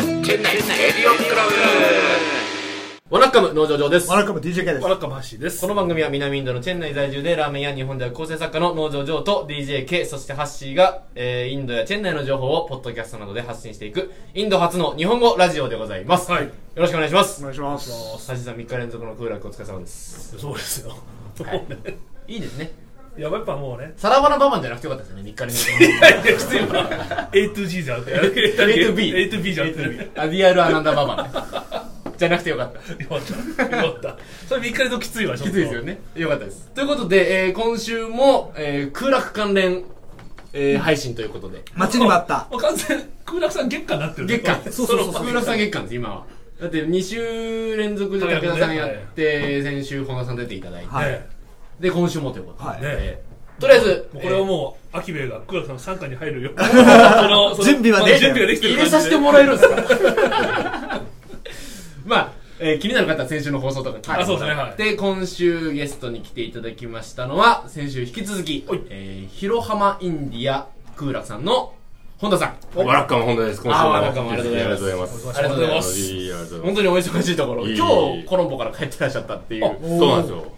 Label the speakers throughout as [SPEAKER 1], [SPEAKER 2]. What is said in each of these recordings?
[SPEAKER 1] エディオンクラブワナッカム農場上です。
[SPEAKER 2] ワナッカム DJK です。
[SPEAKER 3] わらかましです。
[SPEAKER 1] この番組は南インドのチェン内在住でラーメンや日本では構成作家の農場上と DJK、そしてハッシーが、えー、インドやチェン内の情報をポッドキャストなどで発信していく、インド初の日本語ラジオでございます。
[SPEAKER 3] はい
[SPEAKER 1] よろしくお願いしま
[SPEAKER 2] お
[SPEAKER 1] す。
[SPEAKER 2] 願いします。
[SPEAKER 1] ハジさん3日連続の空楽お疲れ様です。
[SPEAKER 3] そうですよ。
[SPEAKER 1] はい
[SPEAKER 3] もうね
[SPEAKER 1] いいですね。
[SPEAKER 3] いや、やっぱもうね。
[SPEAKER 1] さらばのババンじゃなくてよかったですね、3日連続
[SPEAKER 3] いや、ちょっと今、A to G じゃん。A
[SPEAKER 1] to B
[SPEAKER 3] A to B じゃん。A to B。よ
[SPEAKER 1] の。アディアルアナンダババンね。じゃなくてよかった。
[SPEAKER 3] かった。よかった。それ3日連続きついわ、ちょ
[SPEAKER 1] き
[SPEAKER 3] っと。
[SPEAKER 1] ついですよ。ね。よかったです。ということで、えー今週も、えー空楽関連、えー配信ということで。
[SPEAKER 2] 待ちに待った。
[SPEAKER 3] もう完全、空楽さん月間になってるね。
[SPEAKER 1] 月間。
[SPEAKER 3] そうそうそう。
[SPEAKER 1] 空楽さん月間です、今は。だって2週連続で武田さんやって、先週本田さん出ていただいて、
[SPEAKER 2] はい。
[SPEAKER 3] ね
[SPEAKER 1] で、今週もということで。
[SPEAKER 2] はい
[SPEAKER 1] えーとりあえず、
[SPEAKER 3] もうこれはもう、秋兵衛が空楽さんの傘下に入るよ。このその
[SPEAKER 2] 準備はね
[SPEAKER 3] まあ準備ができてる
[SPEAKER 1] 入れさせてもらえるんですかまあ、えー気になる方は先週の放送とか聞いて
[SPEAKER 3] あそうですねはい
[SPEAKER 1] で今週ゲストに来ていただきましたのは先週引き続き
[SPEAKER 3] はい、
[SPEAKER 1] えー、広浜インディアクーラさんの本田さん
[SPEAKER 4] わらっかも本田です。今
[SPEAKER 1] あ
[SPEAKER 4] も
[SPEAKER 1] わらっかもありがとうございます
[SPEAKER 4] あ
[SPEAKER 1] ありが
[SPEAKER 4] りがとうございます。
[SPEAKER 1] とうございま
[SPEAKER 4] あ
[SPEAKER 1] す
[SPEAKER 4] りがとうござい
[SPEAKER 1] 本当にお忙しいところ
[SPEAKER 4] いえいえ
[SPEAKER 1] 今日コロンボから帰ってらっしゃったっていうっ
[SPEAKER 4] ます。そうなんですよ。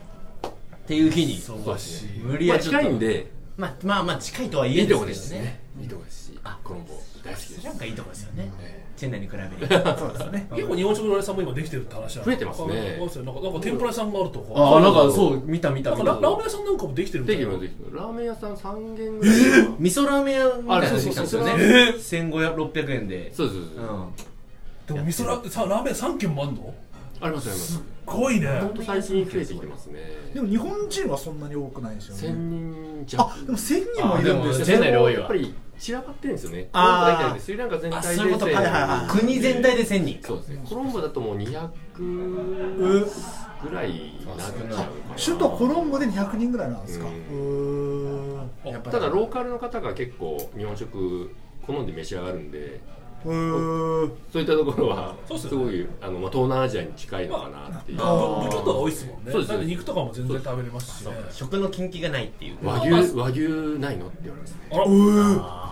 [SPEAKER 1] ていう日に
[SPEAKER 3] 忙しい。
[SPEAKER 1] 無理や
[SPEAKER 4] まあ
[SPEAKER 1] りちょっ
[SPEAKER 4] 近
[SPEAKER 1] と
[SPEAKER 4] いんで、
[SPEAKER 1] まあまあまあ近いとは言
[SPEAKER 4] い
[SPEAKER 1] え
[SPEAKER 4] い
[SPEAKER 1] る
[SPEAKER 4] と
[SPEAKER 1] ん
[SPEAKER 4] こ
[SPEAKER 1] で
[SPEAKER 4] ですす
[SPEAKER 1] けどね
[SPEAKER 4] ね。いいとこですし、コロンボ大好きです
[SPEAKER 1] なん。かいいとこですよね
[SPEAKER 4] え
[SPEAKER 1] チェンナイに比べ れば
[SPEAKER 2] そうですね。
[SPEAKER 3] 結構日本食のレストランも今できてるって話だ
[SPEAKER 4] 増えてますね
[SPEAKER 3] そうですよなんかなんか天ぷら屋さんがあるとか。
[SPEAKER 1] ああなんかそう見た見た
[SPEAKER 3] なんか
[SPEAKER 1] 見
[SPEAKER 3] ラ
[SPEAKER 1] た
[SPEAKER 3] ラーメン屋さんなんかもできてるみた
[SPEAKER 4] 定
[SPEAKER 3] い
[SPEAKER 4] 期
[SPEAKER 3] な
[SPEAKER 4] も。できる。ラーメン屋さん三軒ぐらいかな。
[SPEAKER 1] 味噌ラーメン屋みたいなのできたんですよね
[SPEAKER 3] あそうそうそうそうえ
[SPEAKER 1] 1500円で
[SPEAKER 4] そうそうそうう。
[SPEAKER 1] ん
[SPEAKER 3] でも味噌ラさラーメン3軒もあんの
[SPEAKER 4] ありますあります。
[SPEAKER 3] すごいね。
[SPEAKER 4] 本当最近増えてきてますね。
[SPEAKER 2] でも日本人はそんなに多くないですよね。
[SPEAKER 4] 千人弱。
[SPEAKER 2] あ、でも1000人もいるんで
[SPEAKER 1] あ
[SPEAKER 2] すよ。
[SPEAKER 1] でも1000人多いわ
[SPEAKER 4] やっぱり散らばってるんですよね。
[SPEAKER 2] あー
[SPEAKER 4] コロンボだけじゃなくてスリランカ全
[SPEAKER 1] あ
[SPEAKER 4] 体
[SPEAKER 1] そ
[SPEAKER 4] で。
[SPEAKER 1] ういうことか、
[SPEAKER 2] はいはいはい
[SPEAKER 1] 国全体で1000人
[SPEAKER 4] そうですね。コロンボだともう200
[SPEAKER 2] う
[SPEAKER 4] ぐらいになっちゃうかな。
[SPEAKER 2] 首都コロンボで200人ぐらいなんですか。う
[SPEAKER 4] うん
[SPEAKER 2] ーん。
[SPEAKER 3] あ
[SPEAKER 4] ただローカルの方が結構日本食好んで召し上がるんで
[SPEAKER 2] うーん。
[SPEAKER 4] そういったところは
[SPEAKER 3] そうっす
[SPEAKER 4] す
[SPEAKER 3] よね
[SPEAKER 4] ごいあの、まあ、東南アジアに近いのかなっていう、
[SPEAKER 3] まあ部部長とか多いですもんね。
[SPEAKER 4] そうです
[SPEAKER 3] なんで肉とかも全然食べれますしね。
[SPEAKER 1] 食の禁忌がないっていう
[SPEAKER 4] 和
[SPEAKER 1] 和
[SPEAKER 4] 牛和牛ないのって言われますね
[SPEAKER 3] あら、
[SPEAKER 2] うー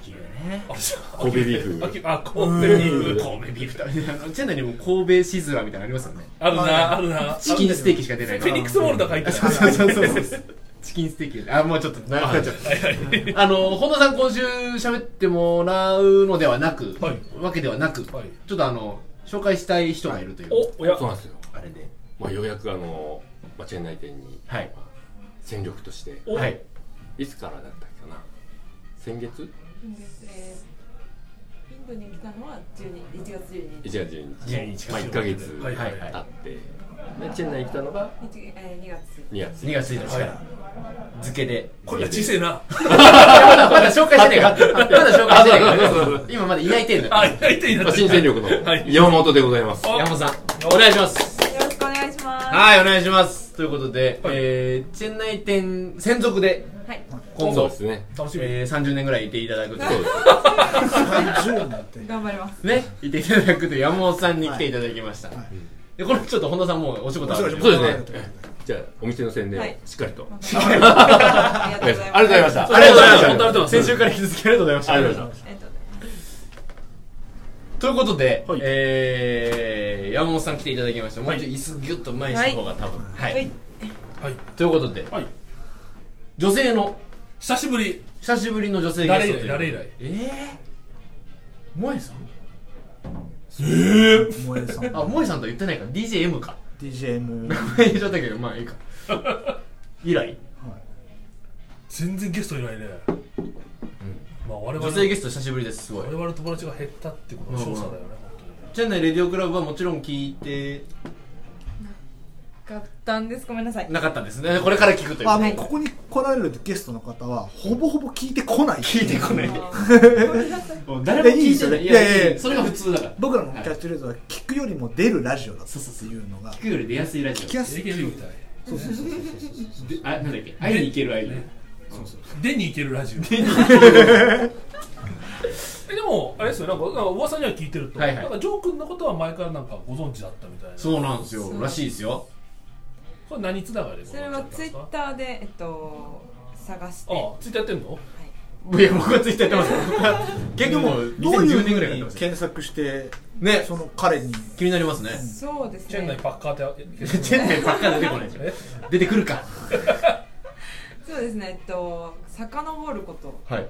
[SPEAKER 1] 牛ね
[SPEAKER 3] あれじゃ
[SPEAKER 4] 神戸ビー
[SPEAKER 3] あ
[SPEAKER 4] フ
[SPEAKER 3] きあ、神戸ビーフ。
[SPEAKER 4] うん
[SPEAKER 3] 神戸ビーフだ。
[SPEAKER 1] チェンナイにも神戸シズラみたいなのありますよね
[SPEAKER 3] あるな、あるな。
[SPEAKER 1] チキンステーキしか出ない
[SPEAKER 3] フェニックスモールとか入って
[SPEAKER 1] そうそうそうそうそうチキンステーキあもうちょっと長くなっちゃったあの本田さん今週喋ってもらうのではなく、
[SPEAKER 3] はい
[SPEAKER 1] わけではなく、
[SPEAKER 3] はい
[SPEAKER 1] ちょっとあの紹介したい人がいるという、
[SPEAKER 3] お、おや
[SPEAKER 4] そう。なんですよ、
[SPEAKER 1] あれで
[SPEAKER 4] まあ、ようやくあの、まあ、チェン内店に
[SPEAKER 1] はい
[SPEAKER 4] 戦力として
[SPEAKER 3] お
[SPEAKER 1] はい
[SPEAKER 4] いつからだったっけかな先月
[SPEAKER 5] 今月えーインドに来たのは12 1月12
[SPEAKER 4] 1
[SPEAKER 5] 日
[SPEAKER 1] 12日
[SPEAKER 4] 月12日まあ、1か月経
[SPEAKER 3] はい
[SPEAKER 4] っ
[SPEAKER 3] はい
[SPEAKER 1] はい
[SPEAKER 4] て、でチェン内来たのが
[SPEAKER 5] 日えー2月
[SPEAKER 4] 2月
[SPEAKER 1] 2月1日から、付けで
[SPEAKER 3] これ小せえな。
[SPEAKER 1] まだまだ紹介してねえからまだ紹介してねえから今まだいないてんだか
[SPEAKER 3] あ、
[SPEAKER 1] ら
[SPEAKER 3] いや、痛い
[SPEAKER 4] ま
[SPEAKER 3] な。
[SPEAKER 4] あ、新戦力の
[SPEAKER 3] はい
[SPEAKER 4] 山本でございます、
[SPEAKER 3] あ
[SPEAKER 1] 山本さんお願いします
[SPEAKER 5] よろしくお願いします
[SPEAKER 1] はいお願いしますということで、
[SPEAKER 3] はい
[SPEAKER 1] えー、チェンナイ店専属で
[SPEAKER 5] はい
[SPEAKER 1] 今
[SPEAKER 4] そう
[SPEAKER 1] 度
[SPEAKER 4] ですね
[SPEAKER 3] 楽しみ。
[SPEAKER 1] えー、30年ぐらいいていただくと
[SPEAKER 4] そうです
[SPEAKER 2] 30になって。
[SPEAKER 5] 頑張ります
[SPEAKER 1] ね、いていただくという山本さんに来ていただきました、でこれちょっと本田さんもうお仕事ある
[SPEAKER 2] お仕
[SPEAKER 1] で
[SPEAKER 2] 事
[SPEAKER 4] そ
[SPEAKER 2] あ
[SPEAKER 4] う
[SPEAKER 2] る
[SPEAKER 4] ですね。じゃあ、お店の宣伝を
[SPEAKER 5] はい
[SPEAKER 4] しっかりと。
[SPEAKER 5] ありが
[SPEAKER 4] あ
[SPEAKER 5] とう
[SPEAKER 4] り
[SPEAKER 5] ござい
[SPEAKER 4] がとうございま
[SPEAKER 5] ま
[SPEAKER 4] し
[SPEAKER 5] す
[SPEAKER 4] た。
[SPEAKER 1] ありがとうございました
[SPEAKER 4] 本当ありがとうござい
[SPEAKER 1] 先
[SPEAKER 4] まし。
[SPEAKER 1] 週から引き続きありがとうございましたた
[SPEAKER 4] ありがとうございまし
[SPEAKER 5] えっと
[SPEAKER 1] ということで、
[SPEAKER 3] はい
[SPEAKER 1] えー、山本さん来ていただきましたもうちょい椅子ギュッと前にした方が多分はい、
[SPEAKER 5] はい
[SPEAKER 3] はい。
[SPEAKER 1] ということで
[SPEAKER 3] はい。
[SPEAKER 1] 女性の
[SPEAKER 3] 久しぶり。
[SPEAKER 1] 久しぶりの女性ゲ
[SPEAKER 3] 誰
[SPEAKER 1] ス
[SPEAKER 3] 以
[SPEAKER 1] トとい
[SPEAKER 3] 来
[SPEAKER 1] う
[SPEAKER 3] 誰以来
[SPEAKER 1] えー、萌えさん
[SPEAKER 2] 萌えさん。
[SPEAKER 1] あ萌えさんとは言ってないか DJM か
[SPEAKER 2] DJM。
[SPEAKER 1] 名前言っちゃったけどまあいいか以来
[SPEAKER 3] 全然ゲストいないね。まあ、我々
[SPEAKER 1] 女性ゲスト久しぶりですすごい
[SPEAKER 3] 我々の友達が減ったってことの調査だよね、本当に。
[SPEAKER 1] チェンナイレディオクラブはもちろん聞いて
[SPEAKER 5] 買ったんですごめんなさい
[SPEAKER 1] なかったんですねこれから聞くという
[SPEAKER 2] あの、ここに来られるゲストの方は、ほぼほぼ聞いてこない。
[SPEAKER 1] 聞いてこない
[SPEAKER 2] 誰
[SPEAKER 1] 誰も聞いてないい
[SPEAKER 2] い
[SPEAKER 1] い
[SPEAKER 2] ですよね
[SPEAKER 1] や
[SPEAKER 2] いやいや
[SPEAKER 1] いやいやそれが普通だから
[SPEAKER 2] 僕らのキャッチフレーズは、聞くよりも出るラジオだっていうのが、
[SPEAKER 1] 聞くより出やすいラジ
[SPEAKER 2] 聞きやすい。
[SPEAKER 3] AKB みたい。
[SPEAKER 1] オであなんだっけ会いに行ける会いに
[SPEAKER 3] でに行けるラジオ。 えでもあれですよなんかなんか噂には聞いてると、
[SPEAKER 1] はいはい
[SPEAKER 3] なんかジョー君のことは前からなんかご存知だったみたいな。
[SPEAKER 1] そうなんですよらしいですよ
[SPEAKER 3] これ何つながりで
[SPEAKER 5] それはツイッターでえっと探して
[SPEAKER 3] ああ、ツイッターやってんの？
[SPEAKER 5] は
[SPEAKER 1] い
[SPEAKER 5] い
[SPEAKER 1] や僕はツイッターや ってます結構もう
[SPEAKER 2] どういう
[SPEAKER 1] 2010年ぐらい
[SPEAKER 2] ふ
[SPEAKER 1] や
[SPEAKER 2] う
[SPEAKER 1] って
[SPEAKER 2] に
[SPEAKER 1] ますね
[SPEAKER 2] 検索して
[SPEAKER 1] ね
[SPEAKER 2] その彼に
[SPEAKER 1] 気になり ますね
[SPEAKER 5] そうです
[SPEAKER 3] チェン内
[SPEAKER 5] ね。
[SPEAKER 3] パッカーってえ
[SPEAKER 1] チェンネルばっかり出てこないでしょ
[SPEAKER 3] え
[SPEAKER 1] 出てくるか
[SPEAKER 5] そうですね。えっと遡ること
[SPEAKER 1] はい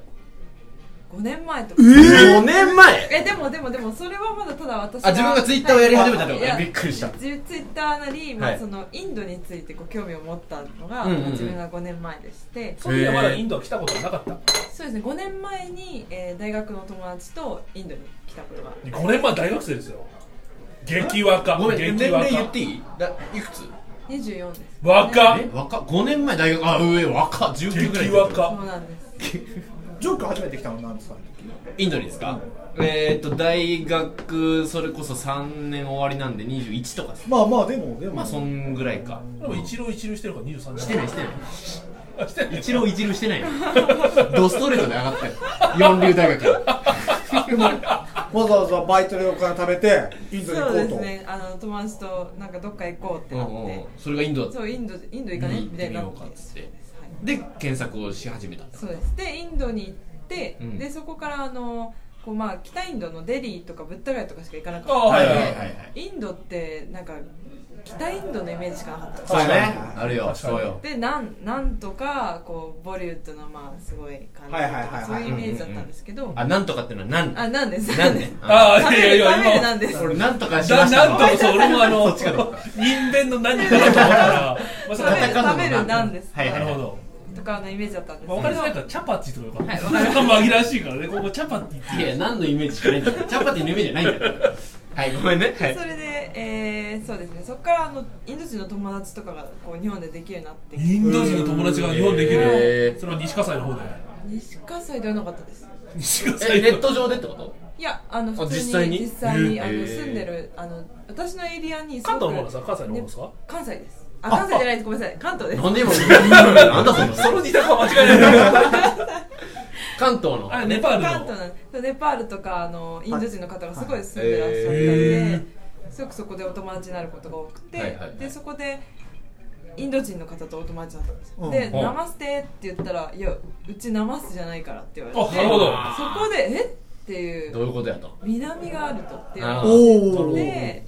[SPEAKER 5] 5年前とか。
[SPEAKER 1] 5年前
[SPEAKER 5] えでもでもでもそれはまだただ私
[SPEAKER 1] あ自分がツイッターをやり始めたってこと
[SPEAKER 5] はいい
[SPEAKER 1] ね
[SPEAKER 5] や
[SPEAKER 1] びっくりした
[SPEAKER 5] ツイッターなり、ま
[SPEAKER 1] は
[SPEAKER 5] あ、
[SPEAKER 1] い
[SPEAKER 5] そのインドについてこう興味を持ったのが、
[SPEAKER 1] うんうんうん
[SPEAKER 5] 自分が5年前でして
[SPEAKER 3] その時はまだインドは来たことはなかった
[SPEAKER 5] そうですね5年前に、えー大学の友達とインドに来たことが
[SPEAKER 3] 5年前大学生ですよ激若
[SPEAKER 1] ごめん
[SPEAKER 3] 激
[SPEAKER 1] 年
[SPEAKER 3] 若
[SPEAKER 1] 齢言っていいだいくつ
[SPEAKER 5] 24です、ね、
[SPEAKER 3] 若
[SPEAKER 1] え若っ5年前大学あ上若っ19ぐらいの時
[SPEAKER 3] 激
[SPEAKER 5] そう
[SPEAKER 3] 若
[SPEAKER 5] なんです
[SPEAKER 2] ジョーク初めて来たのなんですか
[SPEAKER 1] インドにですかえーっと大学それこそ3年終わりなんで21とかです
[SPEAKER 2] まあまあでもでも、
[SPEAKER 1] まあそんぐらいか
[SPEAKER 3] でも一浪一流してるから23年
[SPEAKER 1] してない してない
[SPEAKER 3] あしてない
[SPEAKER 1] 一浪一流してないの ドストレートで上がったよ四流大学から
[SPEAKER 2] わざわざバイトでお金貯めてインドに行
[SPEAKER 5] そう
[SPEAKER 2] こう
[SPEAKER 5] です
[SPEAKER 2] と
[SPEAKER 5] ねあの友達となんかどっか行こうっ て
[SPEAKER 1] う
[SPEAKER 5] なっ
[SPEAKER 1] んうん
[SPEAKER 5] て
[SPEAKER 1] うんそれがインドだった
[SPEAKER 5] そうインドインド行かね
[SPEAKER 1] うん
[SPEAKER 5] みたいにな
[SPEAKER 1] 行ってみようかっつって
[SPEAKER 5] そうですはい
[SPEAKER 1] で検索をし始めた
[SPEAKER 5] そうですでインドに行って、
[SPEAKER 1] うん
[SPEAKER 5] でそこからあのこうまあ北インドのデリーとかブッダガヤとかしか行かなか
[SPEAKER 3] あ
[SPEAKER 5] っ
[SPEAKER 3] は
[SPEAKER 1] はいい
[SPEAKER 3] は
[SPEAKER 1] はいい
[SPEAKER 3] は
[SPEAKER 1] はいい
[SPEAKER 5] たインドってなんか北インドのイメージしかなかった
[SPEAKER 1] そうね
[SPEAKER 2] 確かに
[SPEAKER 1] あるよ
[SPEAKER 3] 確かに
[SPEAKER 1] そうよ
[SPEAKER 5] でなんなんとかこうボリュードのまあすごい感じとか、
[SPEAKER 2] はいはいはいはい
[SPEAKER 5] そういうイメージだったんですけど、
[SPEAKER 1] あなんとかってのはなん
[SPEAKER 5] あなんです
[SPEAKER 1] なん
[SPEAKER 5] で
[SPEAKER 1] です
[SPEAKER 3] あー
[SPEAKER 5] 食
[SPEAKER 3] いや
[SPEAKER 5] べ
[SPEAKER 3] い
[SPEAKER 5] る
[SPEAKER 3] や
[SPEAKER 5] 食べる
[SPEAKER 3] 今
[SPEAKER 5] なんです
[SPEAKER 1] 俺なんとかしま
[SPEAKER 3] な
[SPEAKER 1] し
[SPEAKER 3] な
[SPEAKER 1] た
[SPEAKER 3] んと
[SPEAKER 1] と
[SPEAKER 3] もそう俺もあの人弁の何かなと思ったらまさ
[SPEAKER 5] 食べる
[SPEAKER 1] カタカナ
[SPEAKER 3] か
[SPEAKER 1] の
[SPEAKER 5] 食べるなんです
[SPEAKER 1] はい
[SPEAKER 3] なるほど
[SPEAKER 5] とかのイメージだったんです
[SPEAKER 3] まあ
[SPEAKER 5] け
[SPEAKER 3] わかりづらいからチャパティとかよかった
[SPEAKER 5] はいわ
[SPEAKER 3] それが紛らわしいからねここチャパティって
[SPEAKER 1] いや何のイメージしかないんだよチャパティのイメージじゃないんだよはいごめんねは
[SPEAKER 5] どそれで、えー、そうですねそこからあのインド人の友達とかがこう日本でできるようになって
[SPEAKER 3] インド人の友達が日本でき
[SPEAKER 1] へ
[SPEAKER 3] る
[SPEAKER 1] ー
[SPEAKER 3] それは西葛西の方で
[SPEAKER 5] 西葛西ではなかったです
[SPEAKER 3] 西葛
[SPEAKER 1] え
[SPEAKER 3] 西
[SPEAKER 1] ネ
[SPEAKER 3] の
[SPEAKER 1] ット上でってこと
[SPEAKER 5] いやあの普通に
[SPEAKER 1] 実際に
[SPEAKER 5] 実際にあの
[SPEAKER 1] へー
[SPEAKER 5] 住んでるあの私のエリアにす
[SPEAKER 3] 関
[SPEAKER 5] ご
[SPEAKER 3] 東
[SPEAKER 5] く
[SPEAKER 3] の方ですか関西の方ですか
[SPEAKER 5] 関西ですあ関西じゃないですごめんなさい関東です
[SPEAKER 1] なんで今 なんだその
[SPEAKER 3] その二択は間違いない
[SPEAKER 1] 関東の
[SPEAKER 3] あネパールの
[SPEAKER 5] 関東なんですネパールとかあのインド人の方がすごい住んでらっしゃったん
[SPEAKER 3] はいへ
[SPEAKER 5] で、すごくそこでお友達になることが多くて、
[SPEAKER 1] はいはいはい
[SPEAKER 5] でそこでインド人の方とお友達になったんですよ、
[SPEAKER 2] うん
[SPEAKER 5] で「
[SPEAKER 1] うん
[SPEAKER 5] ナマステ」って言ったら「いやうちナマスじゃないから」って言われ
[SPEAKER 3] あ
[SPEAKER 5] て
[SPEAKER 3] なるほど
[SPEAKER 5] そこで「えっ?」てい
[SPEAKER 1] どう
[SPEAKER 5] う
[SPEAKER 1] いうことやと
[SPEAKER 5] 南があるとっていうの
[SPEAKER 1] あ
[SPEAKER 5] が
[SPEAKER 1] ー
[SPEAKER 2] おお
[SPEAKER 5] で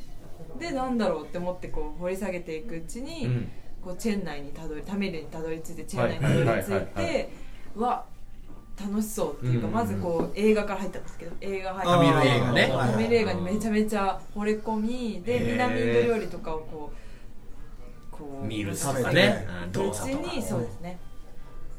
[SPEAKER 5] でなんだろうって思ってこう掘り下げていくうちに、
[SPEAKER 1] うん
[SPEAKER 5] こうチェン内にたどりタミルにたどり着いてチェン内に
[SPEAKER 1] は
[SPEAKER 5] た
[SPEAKER 1] い
[SPEAKER 5] どり着
[SPEAKER 1] はいいはいは
[SPEAKER 5] ては楽しそうっていうか、
[SPEAKER 1] うん
[SPEAKER 5] まずこう映画から入ったんですけど映画
[SPEAKER 2] あー
[SPEAKER 5] 入
[SPEAKER 1] 見
[SPEAKER 5] っ
[SPEAKER 1] る映画ね
[SPEAKER 5] てタミル映画にめちゃ
[SPEAKER 1] め
[SPEAKER 5] めちゃ惚れ込み
[SPEAKER 1] へ
[SPEAKER 5] で
[SPEAKER 1] ー
[SPEAKER 5] 南インド料理とかをこうこう
[SPEAKER 1] 見ると
[SPEAKER 5] う
[SPEAKER 1] かねあ
[SPEAKER 5] ち
[SPEAKER 1] 動作と
[SPEAKER 5] に
[SPEAKER 1] か
[SPEAKER 5] そうですね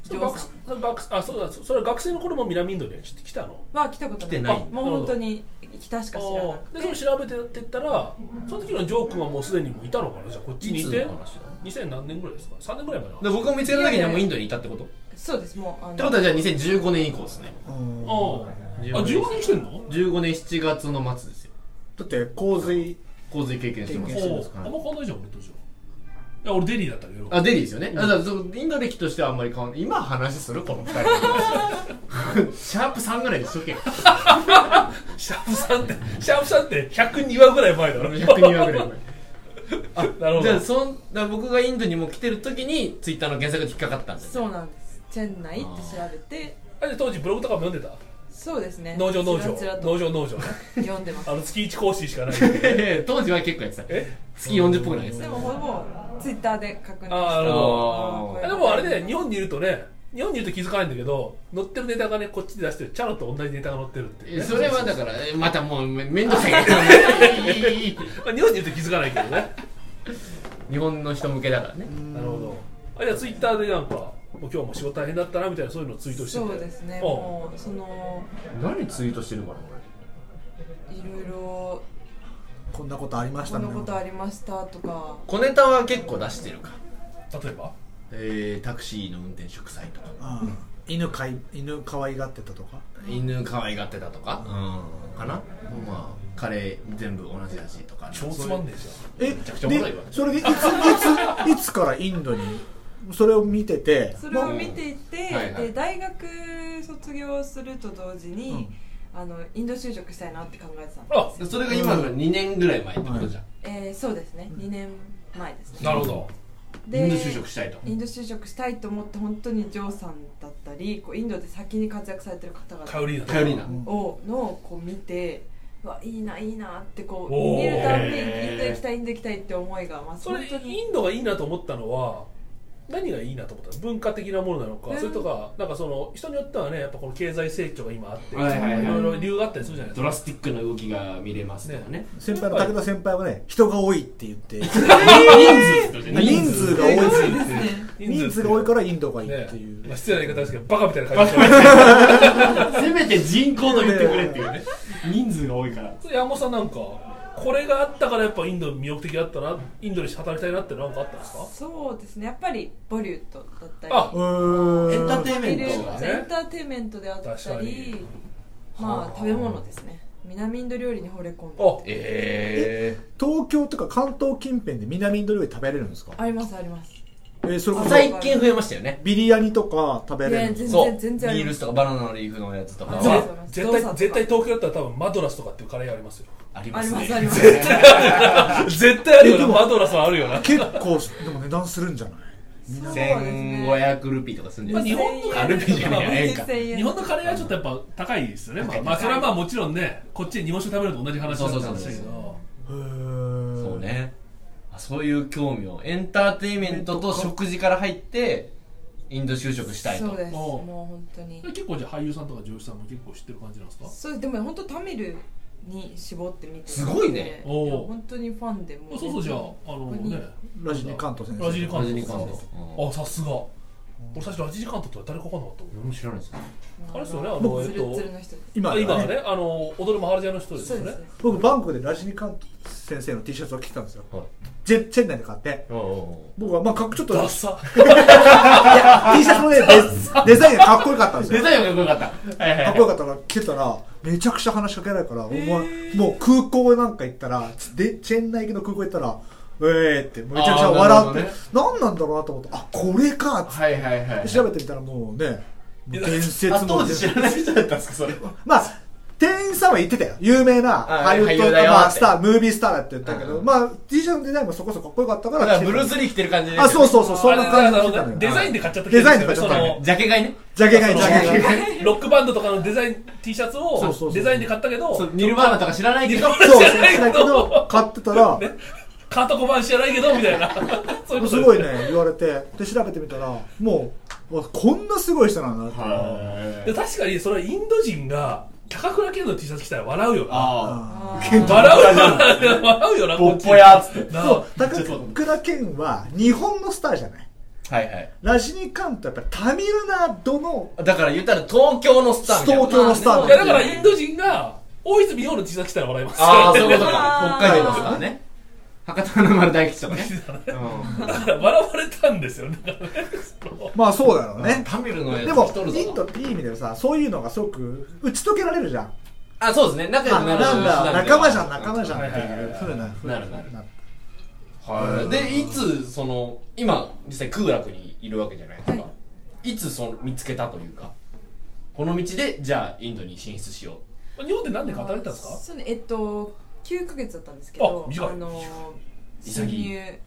[SPEAKER 3] そう学生学生あそうだそそれは学生の頃も南インドに来たの
[SPEAKER 5] は来たこと
[SPEAKER 1] 来てない
[SPEAKER 5] もう本当に北しか知らなく
[SPEAKER 3] で
[SPEAKER 5] て
[SPEAKER 3] それ調べてってったらその時のジョー君はもうすでにもういたのかなじゃあこっちにいて
[SPEAKER 1] いつの話だ
[SPEAKER 3] 2000何年ぐらいですか3年ぐらい前な
[SPEAKER 1] で僕を見つけた時にはもうインドにいたってことっ
[SPEAKER 5] そうですもうあ
[SPEAKER 1] てことはじゃあ2015年以降ですね
[SPEAKER 2] うんだ
[SPEAKER 3] ああ15年来てんの
[SPEAKER 1] 15年7月の末ですよ
[SPEAKER 2] って洪水
[SPEAKER 1] 洪水経験してます
[SPEAKER 2] 経験そ
[SPEAKER 3] お
[SPEAKER 2] う
[SPEAKER 3] う
[SPEAKER 2] ですか
[SPEAKER 3] あんま変わんないじゃん俺とじゃんいや俺デリーだったけど
[SPEAKER 1] あデリーですよね、あだからそうインド歴としてはあんまり変わんない今話するこの2人 シャープ3ぐらいにしとけよ
[SPEAKER 3] シャープさんってシャープさんって102話ぐらい前だろ
[SPEAKER 1] 102話ぐらい
[SPEAKER 3] あ なるほ
[SPEAKER 1] じゃあ
[SPEAKER 3] ど
[SPEAKER 1] そんだから僕がインドにも来てる時にツイッターの検索が引っかかったんです
[SPEAKER 5] そうなんですチェン内って調べて
[SPEAKER 3] あで当時ブログとかも読んでた
[SPEAKER 5] そうですね
[SPEAKER 3] 農場農
[SPEAKER 5] ち
[SPEAKER 3] 場
[SPEAKER 5] らちらと
[SPEAKER 3] 農場農場ね
[SPEAKER 5] 読んでます
[SPEAKER 3] あの月1更新しかない
[SPEAKER 1] 当時は結構やってた
[SPEAKER 3] え
[SPEAKER 1] 月40分ぐらいやって
[SPEAKER 5] で
[SPEAKER 1] た
[SPEAKER 5] もほぼツイッターで確認して
[SPEAKER 3] あーなるほ
[SPEAKER 1] ど
[SPEAKER 5] ー
[SPEAKER 3] あでもあれね日本にいるとね日本にいると気づかないんだけど載ってるネタがねこっちで出してるチャラと同じネタが載ってるっていう
[SPEAKER 1] え
[SPEAKER 3] ね
[SPEAKER 1] それはだからえまたもうめめんどくさいからいいいいいいいい
[SPEAKER 3] まあ日本にいると気づかないけどね
[SPEAKER 1] 日本の人向けだからね
[SPEAKER 3] なるほどあじゃあツイッターでなんかもう今日も仕事大変だったなみたいなそういうのをツイートしてて
[SPEAKER 5] そうですね
[SPEAKER 3] あ
[SPEAKER 5] もうその
[SPEAKER 1] 何ツイートしてるのかない
[SPEAKER 5] ろいろ
[SPEAKER 2] こんなことありまし
[SPEAKER 5] こ
[SPEAKER 2] た
[SPEAKER 5] ん
[SPEAKER 2] ね
[SPEAKER 5] なことありましたとか
[SPEAKER 1] 小ネタは結構出してるか
[SPEAKER 3] 例えば
[SPEAKER 1] えー、タクシーの運転手臭いとか
[SPEAKER 2] うん犬飼い犬可愛がってたとか
[SPEAKER 1] 犬可愛がってたとかうんかなまあカレー全部同じ味とか
[SPEAKER 3] 超つまんねえじゃ
[SPEAKER 2] え
[SPEAKER 1] ちゃおもろいわ
[SPEAKER 2] でそれでいついついつからインドにそれを見てて
[SPEAKER 5] それを見ていて、
[SPEAKER 1] うんはいはい
[SPEAKER 5] で大学卒業すると同時に、あのインド就職したいなって考えてたんで
[SPEAKER 3] あ
[SPEAKER 1] そういうそれが今の2年ぐらい前ってことじゃん、
[SPEAKER 5] えーそうですね2年前です
[SPEAKER 3] ん
[SPEAKER 5] ね
[SPEAKER 3] なるほど
[SPEAKER 5] で
[SPEAKER 1] インド就職したいと
[SPEAKER 5] インド就職したいと思って本当にジョーさんだったり、りこうインドで先に活躍されてる方々
[SPEAKER 3] カウリーナ
[SPEAKER 1] カヨリーナ
[SPEAKER 5] をのこう見てうわいいないいなってこう
[SPEAKER 3] おー
[SPEAKER 5] 見るたんびにインド行きたいインド行きたいって思いがまあ
[SPEAKER 3] それ
[SPEAKER 5] 本当に
[SPEAKER 3] インドがいいなと思ったのは何がいいなと思ったの文化的なものなのか、
[SPEAKER 5] うん
[SPEAKER 3] それとかなんかその人によってはねやっぱこの経済成長が今あって、
[SPEAKER 1] はいはいはい
[SPEAKER 3] いろいろ理由があったりするじゃないで
[SPEAKER 1] ドラスティックな動きが見れますとかね
[SPEAKER 2] 先輩の武田先輩はね人が多いって言って
[SPEAKER 1] 人数
[SPEAKER 2] 人数が多い
[SPEAKER 5] そうですね
[SPEAKER 3] すか
[SPEAKER 2] 人数が多いからインドがいい
[SPEAKER 3] ね
[SPEAKER 2] っていう、
[SPEAKER 3] まあ、失礼な言い方ですけどバカみたいな感じで
[SPEAKER 1] せめて人口と言ってくれっていうね人数が多いから
[SPEAKER 3] それ山本さんなんかこれがあったからやっぱインド魅力的だったなインドで働きたいなってなんかあったんですか
[SPEAKER 5] そうですねやっぱりボリュッドだったり
[SPEAKER 3] あ
[SPEAKER 2] うーん
[SPEAKER 1] エンターテインメントが
[SPEAKER 5] そ
[SPEAKER 1] ね
[SPEAKER 5] うエンターテインメントであった
[SPEAKER 3] 確かに
[SPEAKER 5] りまあ食べ物ですね南インド料理に惚れ込ん
[SPEAKER 3] あ
[SPEAKER 5] で
[SPEAKER 1] ええ
[SPEAKER 2] 東京とか関東近辺で南インド料理食べれるんですか
[SPEAKER 5] ありますあります
[SPEAKER 2] えーそれこそ
[SPEAKER 5] 朝
[SPEAKER 1] 最近増えましたよね
[SPEAKER 2] ビリヤニとか食べ
[SPEAKER 5] い
[SPEAKER 2] れ
[SPEAKER 5] や
[SPEAKER 2] るんです
[SPEAKER 5] 全
[SPEAKER 2] か
[SPEAKER 1] そう
[SPEAKER 5] 然
[SPEAKER 1] ビ
[SPEAKER 5] 全然あり
[SPEAKER 1] ー
[SPEAKER 5] ま
[SPEAKER 1] ル
[SPEAKER 5] す
[SPEAKER 1] スとかバナナのリーフのやつとか
[SPEAKER 5] そう
[SPEAKER 1] は
[SPEAKER 5] そうそう
[SPEAKER 3] 絶
[SPEAKER 5] 動作と
[SPEAKER 3] 対
[SPEAKER 5] か
[SPEAKER 3] 絶対東京だったら多分マドラスとかっていうカレー屋ありますよ
[SPEAKER 1] あり
[SPEAKER 5] あ
[SPEAKER 1] ま
[SPEAKER 5] り
[SPEAKER 1] す
[SPEAKER 5] ます
[SPEAKER 1] ね
[SPEAKER 5] あります
[SPEAKER 3] 絶対あるよ
[SPEAKER 2] えで
[SPEAKER 3] な
[SPEAKER 2] も
[SPEAKER 3] マドラスはあるよな
[SPEAKER 2] 結構でも値段するんじゃない
[SPEAKER 5] そうですね
[SPEAKER 1] 1500ルピーとかするんじゃ
[SPEAKER 3] まあ、
[SPEAKER 1] ない
[SPEAKER 3] 日本のカ
[SPEAKER 1] ア
[SPEAKER 3] レ
[SPEAKER 1] ル
[SPEAKER 3] ー
[SPEAKER 1] ピーじゃねえや円か
[SPEAKER 5] 2000円
[SPEAKER 3] 日本のカレーはちょっとやっぱ高いですよね、まあ、まあそれはまあもちろんねこっちで日本酒食べるのと同じ話だったんですけ
[SPEAKER 1] そうそう
[SPEAKER 3] ど
[SPEAKER 2] へー
[SPEAKER 1] そうねあそういう興味をエンターテインメントと食事から入ってインド就職したい
[SPEAKER 5] そう
[SPEAKER 1] と
[SPEAKER 5] です
[SPEAKER 3] もう
[SPEAKER 5] もう本当に
[SPEAKER 3] 結構じゃあ俳優さんとか女優さんも結構知ってる感じなんですか
[SPEAKER 5] そうでも本当タミルに絞って見てる
[SPEAKER 1] すごいね
[SPEAKER 5] いや
[SPEAKER 3] おう
[SPEAKER 5] 本当にファンでも
[SPEAKER 3] そうそうじゃああの
[SPEAKER 5] ここに
[SPEAKER 3] ね
[SPEAKER 2] ラジニカント先生
[SPEAKER 3] ラジニカント
[SPEAKER 1] ラジニカン
[SPEAKER 3] さん
[SPEAKER 1] ト
[SPEAKER 3] あさすが俺最初ラジニカントって誰か分かんなかった
[SPEAKER 1] 俺も知らないですよ
[SPEAKER 3] あれですよねあ
[SPEAKER 5] あ
[SPEAKER 3] のえ
[SPEAKER 5] ツ
[SPEAKER 3] っ
[SPEAKER 5] ル
[SPEAKER 3] と
[SPEAKER 5] ツルの人です
[SPEAKER 2] 今
[SPEAKER 3] あ
[SPEAKER 2] で
[SPEAKER 3] 今
[SPEAKER 2] は
[SPEAKER 3] は
[SPEAKER 2] ね
[SPEAKER 3] ねあの踊るマハラジャの人です
[SPEAKER 5] そう
[SPEAKER 3] よ
[SPEAKER 5] で
[SPEAKER 3] ね
[SPEAKER 5] すね
[SPEAKER 2] 僕バンコクでラジニカント先生の T シャツを着てたんですよ
[SPEAKER 1] はい
[SPEAKER 2] チェチェンナイで買って
[SPEAKER 1] おうお
[SPEAKER 2] 僕はまあかっちょっと
[SPEAKER 3] ダッサ
[SPEAKER 2] T シャツのねデデザインがかっこよかったんです
[SPEAKER 1] うデ
[SPEAKER 2] よ
[SPEAKER 1] ザインがかっこよかったはいはい
[SPEAKER 2] か
[SPEAKER 1] は
[SPEAKER 2] っ
[SPEAKER 1] い
[SPEAKER 2] こよかったから着てたらめちゃくちゃ話しかけられるから、お前もう空港なんか行ったらでチェンナイ行きの空港行ったら「えー」ってめちゃくちゃ
[SPEAKER 1] あーなる
[SPEAKER 2] 笑
[SPEAKER 1] ほ
[SPEAKER 2] っ
[SPEAKER 1] ど
[SPEAKER 2] て、
[SPEAKER 1] ね
[SPEAKER 2] 何なんだろうなと思って「あこれか」っつっ
[SPEAKER 1] はいはいはい
[SPEAKER 2] て調べてみたらもうねもう伝 説
[SPEAKER 1] あ
[SPEAKER 2] も
[SPEAKER 1] 当時知らない人だったんですかそれは
[SPEAKER 2] まあ、店員さんは言ってたよ。有名な
[SPEAKER 1] あ
[SPEAKER 2] ハリウッ
[SPEAKER 1] 俳
[SPEAKER 2] ド
[SPEAKER 1] 優だよっ
[SPEAKER 2] まあ、
[SPEAKER 1] て
[SPEAKER 2] スター、ムービースターだって言ったけ
[SPEAKER 1] うん
[SPEAKER 2] ど、
[SPEAKER 1] うん
[SPEAKER 2] まあ、T シャツのデザインもそこそこかっこよかったか
[SPEAKER 1] だからら、ブルース・リー着てる感じで
[SPEAKER 2] あ、そうそうそう、そんな感じで来てたの
[SPEAKER 3] デ
[SPEAKER 2] よ。
[SPEAKER 3] ザインで買っちゃった
[SPEAKER 2] デザインで買っちゃった
[SPEAKER 3] そ
[SPEAKER 2] ね
[SPEAKER 3] の
[SPEAKER 1] ジャケ買いね
[SPEAKER 2] ジャケ買い、ジ
[SPEAKER 3] そう
[SPEAKER 2] ャケ 買い。
[SPEAKER 3] ロックバンドとかのデザイン T シャツ
[SPEAKER 2] そうそうそ
[SPEAKER 3] を
[SPEAKER 2] う
[SPEAKER 3] デザインで買ったけど
[SPEAKER 1] そうニルバーナとか知らないけど
[SPEAKER 2] そう、だけど、買って たら、
[SPEAKER 3] カート小判知らないけどみた いなそういうことです
[SPEAKER 2] ごいね、言われて、で、調べてみたら、もう、わこんなすごい人なんだって。
[SPEAKER 3] で確かにそれインド人が高倉健の T シャツ着たら笑うよな
[SPEAKER 1] あ
[SPEAKER 5] あ
[SPEAKER 1] あ
[SPEAKER 5] ー
[SPEAKER 3] 笑うよな笑うよな
[SPEAKER 1] ポッ
[SPEAKER 3] こち
[SPEAKER 1] ポやーっつって
[SPEAKER 3] な
[SPEAKER 2] そう、
[SPEAKER 1] ちょっと
[SPEAKER 2] 高倉健は日本のスターじゃない。
[SPEAKER 1] はいはい
[SPEAKER 2] ラジニカンとやっぱタミルナドの、
[SPEAKER 1] だから言ったら東京のスターみたいな
[SPEAKER 2] 東京のスター
[SPEAKER 3] いやだからインド人が大泉洋の T シャツ着たら笑います
[SPEAKER 1] ああそういうことか
[SPEAKER 5] あー
[SPEAKER 1] 北海道のスターね博多の丸大吉とかね
[SPEAKER 3] だから笑われたんですよねだからねその
[SPEAKER 2] まあそうだろう
[SPEAKER 1] ね
[SPEAKER 2] ね。
[SPEAKER 1] タミルのやつ
[SPEAKER 2] でも
[SPEAKER 1] 着とるぞ
[SPEAKER 2] インドっていい意味でさそういうのがすごく打ち解けられるじゃん
[SPEAKER 1] あそうですね仲良
[SPEAKER 2] あ
[SPEAKER 1] くなる
[SPEAKER 2] なんだ仲間じゃん仲間じゃん
[SPEAKER 1] は
[SPEAKER 2] っ
[SPEAKER 1] い
[SPEAKER 2] て
[SPEAKER 1] はいいは
[SPEAKER 2] うふうな
[SPEAKER 1] なるなるはいでいつその今実際空楽にいるわけじゃないですか、、
[SPEAKER 5] はい
[SPEAKER 1] つその見つけたというかこの道でじゃあインドに進出しよ
[SPEAKER 3] 日本で何で語られたんですか
[SPEAKER 5] そうねえっと9ヶ月だったんですけど
[SPEAKER 3] あ短い
[SPEAKER 5] の新
[SPEAKER 1] 潔い
[SPEAKER 5] 入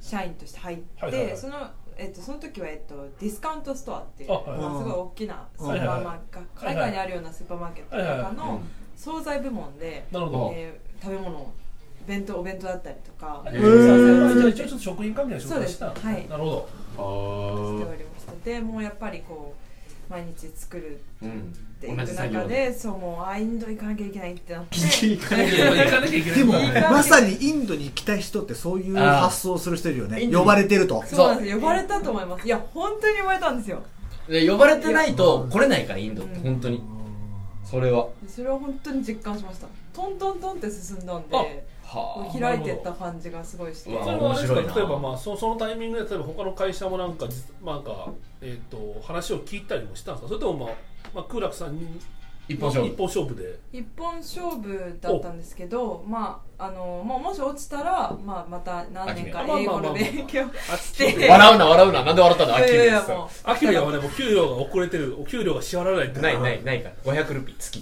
[SPEAKER 5] 社員として入って、
[SPEAKER 3] はいはいはい
[SPEAKER 5] そのえっと、その時は、えっと、ディスカウントストアっていう、
[SPEAKER 3] あはい
[SPEAKER 2] はい
[SPEAKER 5] まあすごい大きなスーパーマーケット、
[SPEAKER 3] はいはいはい
[SPEAKER 5] 海外にあるようなスーパーマーケットの中
[SPEAKER 1] はいはい
[SPEAKER 5] の惣菜部門で、
[SPEAKER 3] なるほど
[SPEAKER 5] えー食べ物を弁当お弁当だったりとか、
[SPEAKER 1] へ
[SPEAKER 3] え
[SPEAKER 1] ー
[SPEAKER 3] ーじゃあ一応ちょっと職員関係の仕事をした
[SPEAKER 5] そうですはい
[SPEAKER 3] なるほど
[SPEAKER 1] う
[SPEAKER 5] して
[SPEAKER 1] あ
[SPEAKER 5] おりましたでもうやっぱりこう毎日作る
[SPEAKER 1] あうん
[SPEAKER 5] っていう
[SPEAKER 1] 同じ作業
[SPEAKER 5] 中
[SPEAKER 1] で
[SPEAKER 5] でそうもうあインド行かなきゃいけないってなって
[SPEAKER 1] 行かなきゃいけない
[SPEAKER 3] 行かなきゃいけない
[SPEAKER 2] でも
[SPEAKER 5] いい感じ
[SPEAKER 2] まさにインドに行きたい人ってそういう
[SPEAKER 1] あー
[SPEAKER 2] 発想をする人いるよ
[SPEAKER 1] イン
[SPEAKER 2] ね
[SPEAKER 1] ドに
[SPEAKER 2] 呼ばれてると
[SPEAKER 5] そうなんですよ呼ばれたと思いますいや本当に呼ばれたんですよ
[SPEAKER 1] で呼ばれてないと来れないからインドって本当にそれは
[SPEAKER 5] でそれを本当に実感しましたトントントンって進んだん
[SPEAKER 3] あ
[SPEAKER 5] で
[SPEAKER 1] はあ
[SPEAKER 5] 開いてった感じがすごいして
[SPEAKER 1] うわ
[SPEAKER 3] それはあれですか
[SPEAKER 1] 面白いな
[SPEAKER 3] 例えばまあそそのタイミングで例えば他の会社もなんか実なんかえっ、と話を聞いたりもしたんですかそれともまあまあ空楽さんに
[SPEAKER 1] 一本勝負
[SPEAKER 3] 一本勝負で
[SPEAKER 5] 一本勝負だったんですけどまああのもうもし落ちたら、まあ、また何年か
[SPEAKER 3] 諦め
[SPEAKER 5] 英語の
[SPEAKER 3] まあまあまあまあ
[SPEAKER 5] 勉強
[SPEAKER 3] あ
[SPEAKER 5] して
[SPEAKER 1] 笑うな笑うななんで笑ったんだ
[SPEAKER 5] い
[SPEAKER 1] 秋
[SPEAKER 5] や
[SPEAKER 1] で
[SPEAKER 5] いや
[SPEAKER 1] す
[SPEAKER 5] も
[SPEAKER 3] アキラはねもう給料が遅れてるお給料が支払われないって
[SPEAKER 1] ないないないから500ルピー月